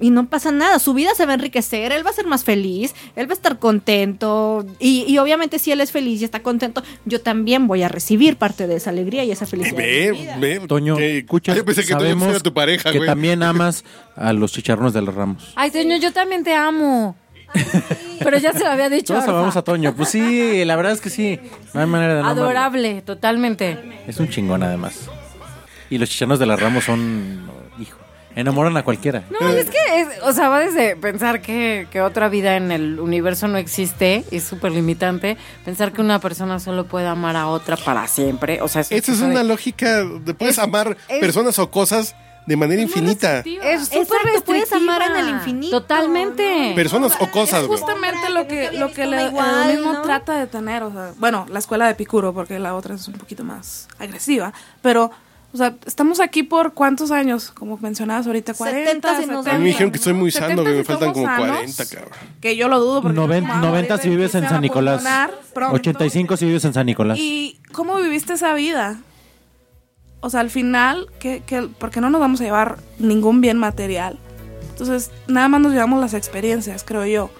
Y no pasa nada, su vida se va a enriquecer, él va a ser más feliz, él va a estar contento. Y, y obviamente si él es feliz y está contento, yo también voy a recibir parte de esa alegría y esa felicidad. Ve, ve. Toño, que- escuchas, yo pensé que tú sabemos fuera tu pareja, que güey. también amas a los chicharrones de los ramos. Ay, señor, yo también te amo. Pero ya se lo había dicho. Todos Orfa. amamos a Toño. Pues sí, la verdad es que sí. No hay manera de no amarlo. Adorable, totalmente. Es un chingón además. Y los chichanos de la Ramos son, hijo, enamoran a cualquiera. No, Eh. es que, es- o sea, va desde pensar que, que otra vida en el universo no existe, es súper limitante. Pensar que una persona solo puede amar a otra para siempre, o sea, Esa es cosa de- una lógica de puedes amar es- personas o cosas de manera infinita. Es súper Exacto, puedes restrictiva. amar en el infinito, Totalmente. Personas o cosas, güey. Justamente lo que, lo que el una igual, hedonismo ¿no? trata de tener, o sea, bueno, la escuela de Epicuro, porque la otra es un poquito más agresiva, pero, o sea, estamos aquí por cuántos años, como mencionabas ahorita, 40, 70 si nos A 70, mí me dijeron que soy muy 70 sano, güey. Me si faltan como somos sanos, 40, cabrón. Que yo lo dudo porque... Noven- 90 si vives en San Nicolás. 85 85 si vives en San Nicolás. ¿Y cómo viviste esa vida? O sea, al final, ¿qué, qué, por qué no nos vamos a llevar ningún bien material? Entonces, nada más nos llevamos las experiencias, creo yo.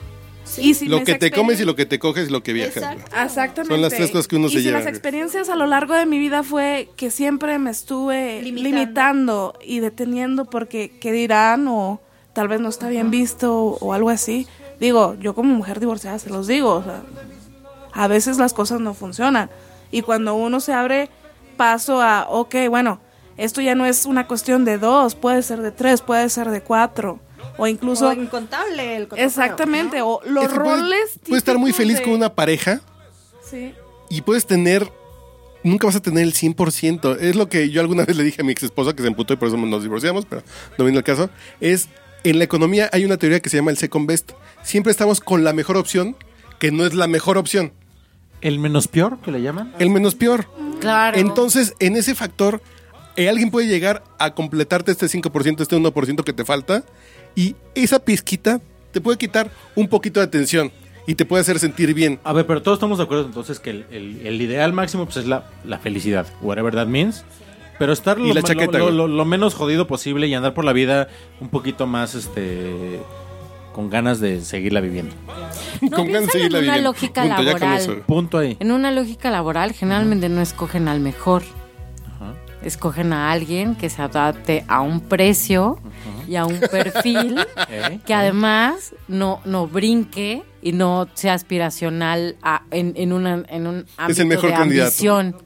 Y si Lo mis que te comes y experien- lo que te coges y lo que viajas. güey. Exactamente. Son las tres cosas que uno y se si lleva, Las güey. experiencias a lo largo de mi vida fue que siempre me estuve Limitando. limitando, y deteniendo porque qué dirán o tal vez no está bien visto o, o algo así. Digo, yo como mujer divorciada se los digo, o sea, a veces las cosas no funcionan y cuando uno se abre paso a, ok, bueno, esto ya no es una cuestión de dos, puede ser de tres, puede ser de cuatro o incluso O incontable el cotorreo, exactamente ¿no? o los Es que puedes- roles. Puedes, estar muy típicos feliz de- con una pareja Sí. y puedes tener. Nunca vas a tener el 100%. Es lo que yo alguna vez le dije a mi ex esposa, que se emputó y por eso nos divorciamos, pero no viene el caso. Es en la economía hay una teoría que se llama el second best. Siempre estamos con la mejor opción, que no es la mejor opción, El menos peor que le llaman. el menos peor. Claro. Entonces, en ese factor, eh, alguien puede llegar a completarte este 5%, este 1% que te falta, y esa pizquita te puede quitar un poquito de atención, y te puede hacer sentir bien. A ver, pero todos estamos de acuerdo entonces que el, el- el ideal máximo pues, es la, la felicidad, whatever that means. Pero estar Y lo, la lo- chaqueta, lo, güey. lo- lo menos jodido posible y andar por la vida un poquito más este con ganas de seguirla viviendo. No, Con ganas de piensan seguirla en una viviendo. lógica Punto, ya con laboral. eso. Punto ahí. En una lógica laboral, generalmente no escogen al mejor. Escogen a alguien que se adapte a un precio y a un perfil ¿Eh? que además no, no brinque y no sea aspiracional a- en, en, una, en un ámbito mejor de candidato. ambición.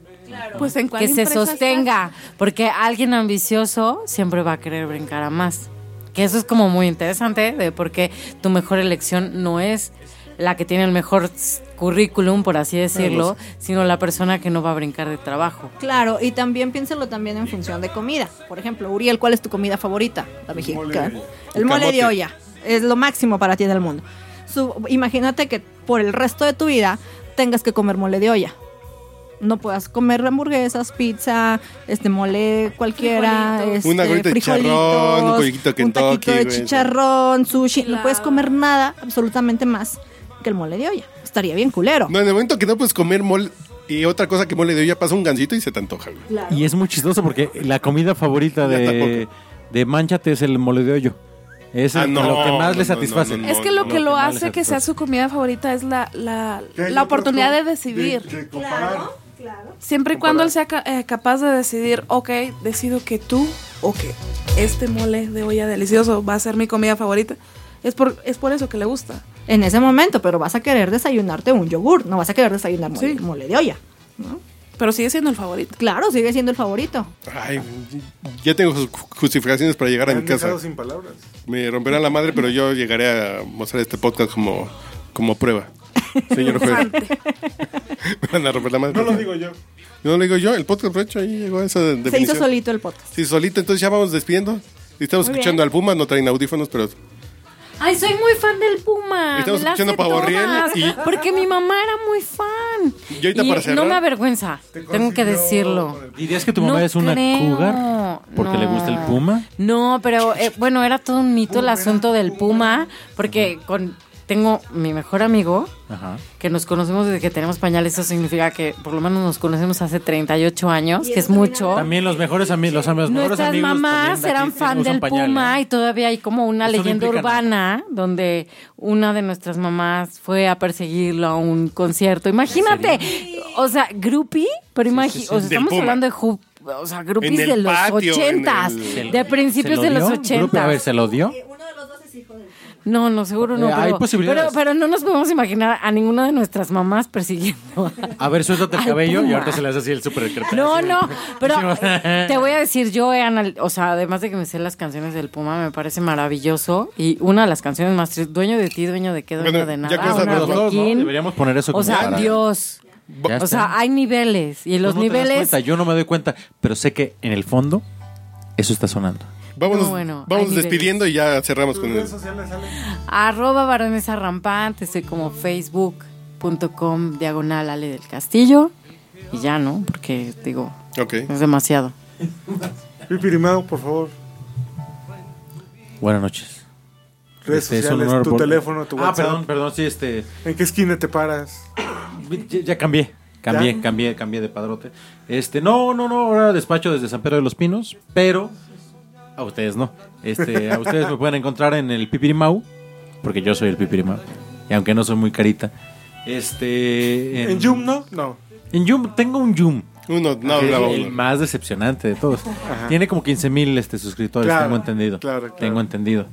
Pues en cuál Que se empresa sostenga, porque alguien ambicioso siempre va a querer brincar a más. Que eso es como muy interesante de por qué tu mejor elección no es la que tiene el mejor s- currículum, por así decirlo, sino la persona que no va a brincar de trabajo. Claro, y también piénselo también en función de comida. Por ejemplo, Uriel, ¿cuál es tu comida favorita? La mexicana. El mole camote. de olla. Es lo máximo para ti en el mundo. Su- imagínate que por el resto de tu vida tengas que comer mole de olla. No puedas comer hamburguesas, pizza, este mole cualquiera, Frijolitos. este, Una gorrita de frijolitos, chicharrón, un pollito un taquito Kentucky, de güey. chicharrón, sushi. No Claro. puedes comer nada, absolutamente más que el mole de olla. Estaría bien culero. No, en el momento que no puedes comer mole y otra cosa que mole de olla pasa un gancito y se te antoja, güey. Y es muy chistoso porque la comida favorita de, de Manchate es el mole de hoyo. Es Ah, el- no, lo que más no, le no, satisface. no, no, Es que lo que no, lo no, hace no, que no. sea su comida favorita es la, la, la oportunidad de decidir. Siempre y cuando él sea ca- eh, capaz de decidir, ok, decido que tú o que este mole de olla delicioso va a ser mi comida favorita. Es por, es por eso que le gusta. en ese momento, pero vas a querer desayunarte un yogur, no vas a querer desayunar mole, Sí. mole de olla. Pero sigue siendo el favorito. Claro, sigue siendo el favorito. Ay, ya tengo ju- justificaciones para llegar a Me mi han casa. dejado sin palabras. Me romperán la madre, pero yo llegaré a mostrar este podcast como, como prueba. Señor juez. Me van a romper la madre. No lo digo yo. Yo no lo digo yo. El podcast, de hecho, ahí llegó esa de- definición. Se hizo solito el podcast. Sí, solito. Entonces ya vamos despidiendo. Estamos Muy escuchando bien. al Puma, no traen audífonos, pero Ay, soy muy fan del Puma. Estamos me las sé escuchando Pavo Riel todas, y- Porque mi mamá era muy fan. Y ahorita para cerrar- no me avergüenza, tengo que decirlo. ¿Dirías que tu No mamá es una creo, cougar porque le gusta el no. puma? No, pero eh, bueno, era todo un mito el asunto del puma, porque con tengo mi mejor amigo Ajá. que nos conocemos desde que tenemos pañales, eso significa que por lo menos nos conocemos hace 38 años, que es mucho. También los mejores amigos, los, am- los mejores Nuestras amigos mamás también de aquí eran que fan usan del pañal, Puma ¿eh? y todavía hay como una Eso no leyenda implica nada. urbana donde una de nuestras mamás fue a perseguirlo a un concierto. Imagínate, o sea, groupie, pero imagínate, o sea, Del estamos Puma. hablando de ju- o sea, En groupies el de los patio, en ochentas, el- ¿Se lo- de principios se lo de los dio? Grupo, A ver, ochentas. ¿se lo dio? No, no, seguro no. Eh, hay pero, posibilidades. Pero, pero no nos podemos imaginar a ninguna de nuestras mamás persiguiendo. A ver, suéltate el Al cabello y Puma. ahorita se le hace así el super No, no, pero eh, te voy a decir, yo he anal- o sea, además de que me sé las canciones del Puma, me parece maravilloso. Y una de las canciones más tristes, dueño de ti, dueño de qué, dueño Bueno, de ya nada. con esas una de de los dos, ¿no? King. Deberíamos poner eso O como sea, para- Dios. Ya O está. sea, hay niveles. Y Tú los Pues no te das niveles. cuenta, yo no me doy cuenta, pero sé que en el fondo eso está sonando. vámonos, No, bueno, vámonos hay niveles. despidiendo y ya cerramos con el... Arroba baronesa rampante, estoy como facebook.com diagonal Ale del Castillo. Y ya, ¿no? Porque, digo, Ok. es demasiado. Pipirimao, por favor. Buenas noches. Redes Este, es un sociales, honor tu vol- teléfono, tu WhatsApp. Ah, perdón, perdón, sí, este. ¿En qué esquina te paras? Ya, ya cambié. Cambié, ¿Ya? cambié, cambié de padrote. Este, no, no, no, ahora despacho desde San Pedro de los Pinos, pero a ustedes no. Este, a ustedes me pueden encontrar en el Pipirimau, porque yo soy el Pipirimau. Y aunque no soy muy carita. Este. ¿En Yum, no? No. En Yum, tengo un Yum. Uno, no que es hablaba el uno. más decepcionante de todos. Tiene como 15 mil este, suscriptores, Claro, tengo entendido. claro, claro. Tengo entendido.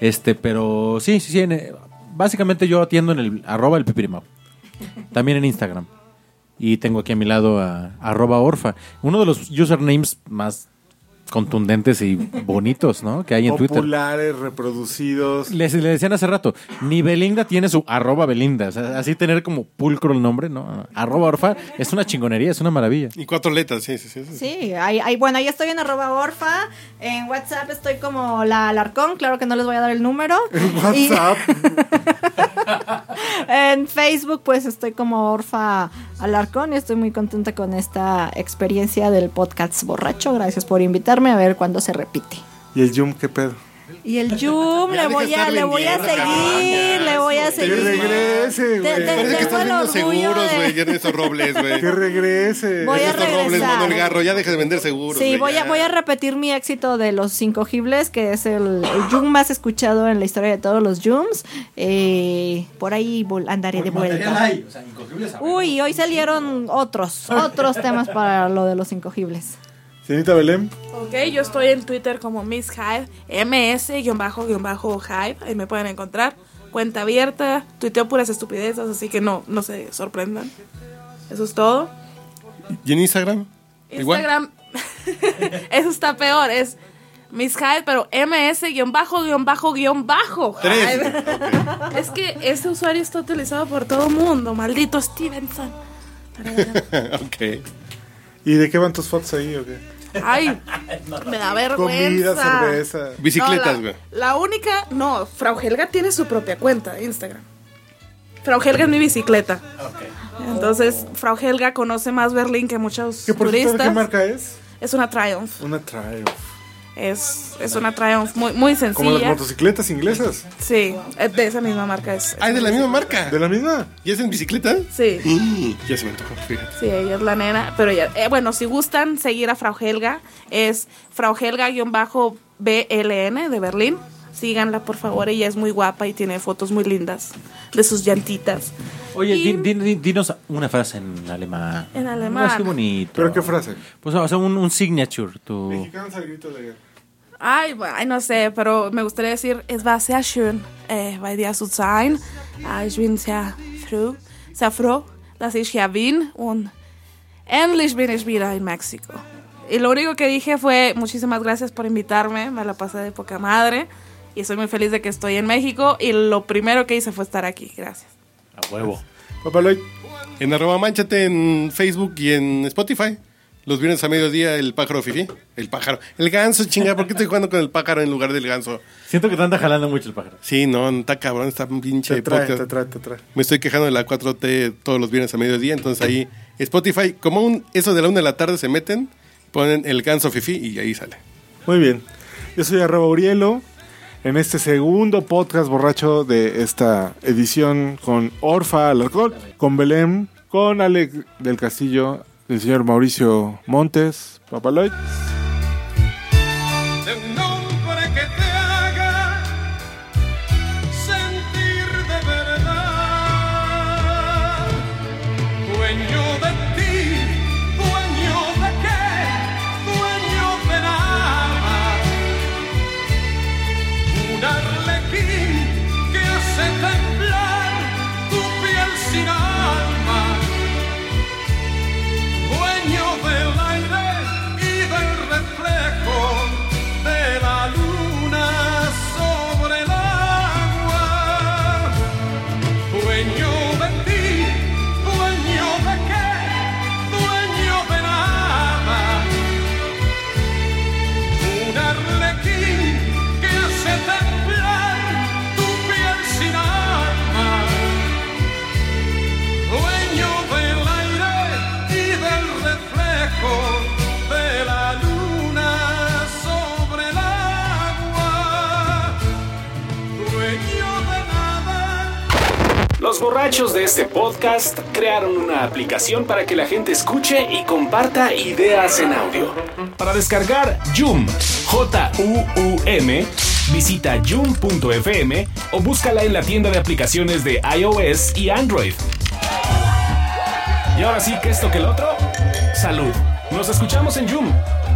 Este, pero sí, sí, sí. en, eh, básicamente yo atiendo en el arroba el pipirimao. También en Instagram. Y tengo aquí a mi lado a arroba orfa. Uno de los usernames más contundentes y bonitos, ¿no? Que hay en Twitter. Populares, reproducidos. Les, le decían hace rato, ni Belinda tiene su arroba Belinda. O sea, así tener como pulcro el nombre, ¿no? Arroba orfa es una chingonería, es una maravilla. Y cuatro letras, sí, sí, sí. sí. Sí, ahí, ahí- bueno, ahí estoy en arroba orfa, en WhatsApp estoy como la Alarcón, claro que no les voy a dar el número. En Y- WhatsApp. en Facebook pues estoy como orfa Alarcón y estoy muy contenta con esta experiencia del podcast borracho. Gracias por invitarme a ver cuándo se repite. ¿Y el Yum qué pedo? Y el Yum, Ya le deja voy, a, estar le voy a vendiendo, seguir, le voy a Que seguir. regrese, Te- güey. te- Parece que tengo estás el viendo orgullo seguros, de- güey, Ernesto Robles, güey. Que regrese. Voy a Ernesto Robles, regresar. Manuel Garro, ya deja de vender seguros. Sí, güey, voy a, ya. voy a repetir mi éxito de los incogibles, que es el, el Yum más escuchado en la historia de todos los Jums. Eh, por ahí vol- andaré de vuelta. o sea, incogibles. Uy, hoy salieron otros, otros temas para lo de los incogibles. Señorita Belén. Ok, yo estoy en Twitter como Miss Hive, ms-hive, ahí me pueden encontrar. Cuenta abierta, tuiteo puras estupideces, así que no, no se sorprendan. Eso es todo. ¿Y en Instagram? Igual. Instagram, eso está peor, es Miss Hive, pero ms-hive. Tres. Es que este usuario está utilizado por todo el mundo, maldito Stevenson. ok. ¿Y de qué van tus fotos ahí o qué? Ay, me da vergüenza. Comida, cerveza. Bicicletas, No, la- güey. la, única, no, Frau Helga tiene su propia cuenta de Instagram. Frau Helga es mi bicicleta. Entonces, Frau Helga conoce más Berlín que muchos ¿Qué por cierto, turistas. de qué marca es? Es una Triumph. Una trail. Es, es una Triumph muy, muy Como las sencilla. motocicletas inglesas. Sí, es de esa misma marca. Es, Ah, es de la misma marca. ¿De la misma? ¿Y es en bicicleta? Sí, Mm, ya se me antojó, fíjate. sí, ella es la nena. Pero ella, eh, bueno, si gustan seguir a Frau Helga, es Frau Helga-BLN de Berlín. Síganla, por favor. Ella es muy guapa y tiene fotos muy lindas de sus llantitas. Oye, Y- di- di- di- dinos una frase en alemán. En alemán. Ah, qué bonito. ¿Pero qué frase? Pues, o sea, un, un signature. Tu... Mexicanos al grito de guerra. Ay, bueno, ay, no sé, pero me gustaría decir, es war sehr schön, eh, bei dir zu sein. Ah, ich bin sehr froh, sehr froh, dass ich hier bin und endlich bin ich wieder in México. Y lo único que dije fue, muchísimas gracias por invitarme, me la pasé de poca madre y soy muy feliz de que estoy en México y lo primero que hice fue estar aquí, gracias. A huevo. Papá Lloyd, En arroba manchate en Facebook y en Spotify. Los viernes a mediodía el pájaro fifi. El pájaro. El ganso, chinga. ¿Por qué estoy jugando con el pájaro en lugar del ganso? Siento que te anda jalando mucho el pájaro. Sí, no, no, está cabrón, está un pinche te trae, podcast. te trae, te trae. Me estoy quejando de la 4T todos los viernes a mediodía, entonces ahí Spotify, como un, eso de la una de la tarde se meten, ponen el ganso fifi y ahí sale. Muy bien. Yo soy arroba Urielo. En este segundo podcast borracho de esta edición con Orfa Alarcón, con Belén, con Alex del Castillo, el señor Mauricio Montes, Papaloy. de un hombre que te haga sentir de verdad. Dueño de ti, dueño de qué, dueño de nada. Un arlequín que hace temblar tu piel sin alma dueño del aire y del reflejo de la luna sobre el agua. Dueño de ti, dueño de qué, dueño de nada. Un arlequín que hace temblar tu piel sin alma dueño del aire y del reflejo de la luna sobre el agua, dueño de nada. Los borrachos de este podcast crearon una aplicación para que la gente escuche y comparta ideas en audio. Para descargar Joom, J-U-U-M, visita joom.fm o búscala en la tienda de aplicaciones de iOS y Android. Y ahora sí que esto que el otro, salud. Nos escuchamos en Joom.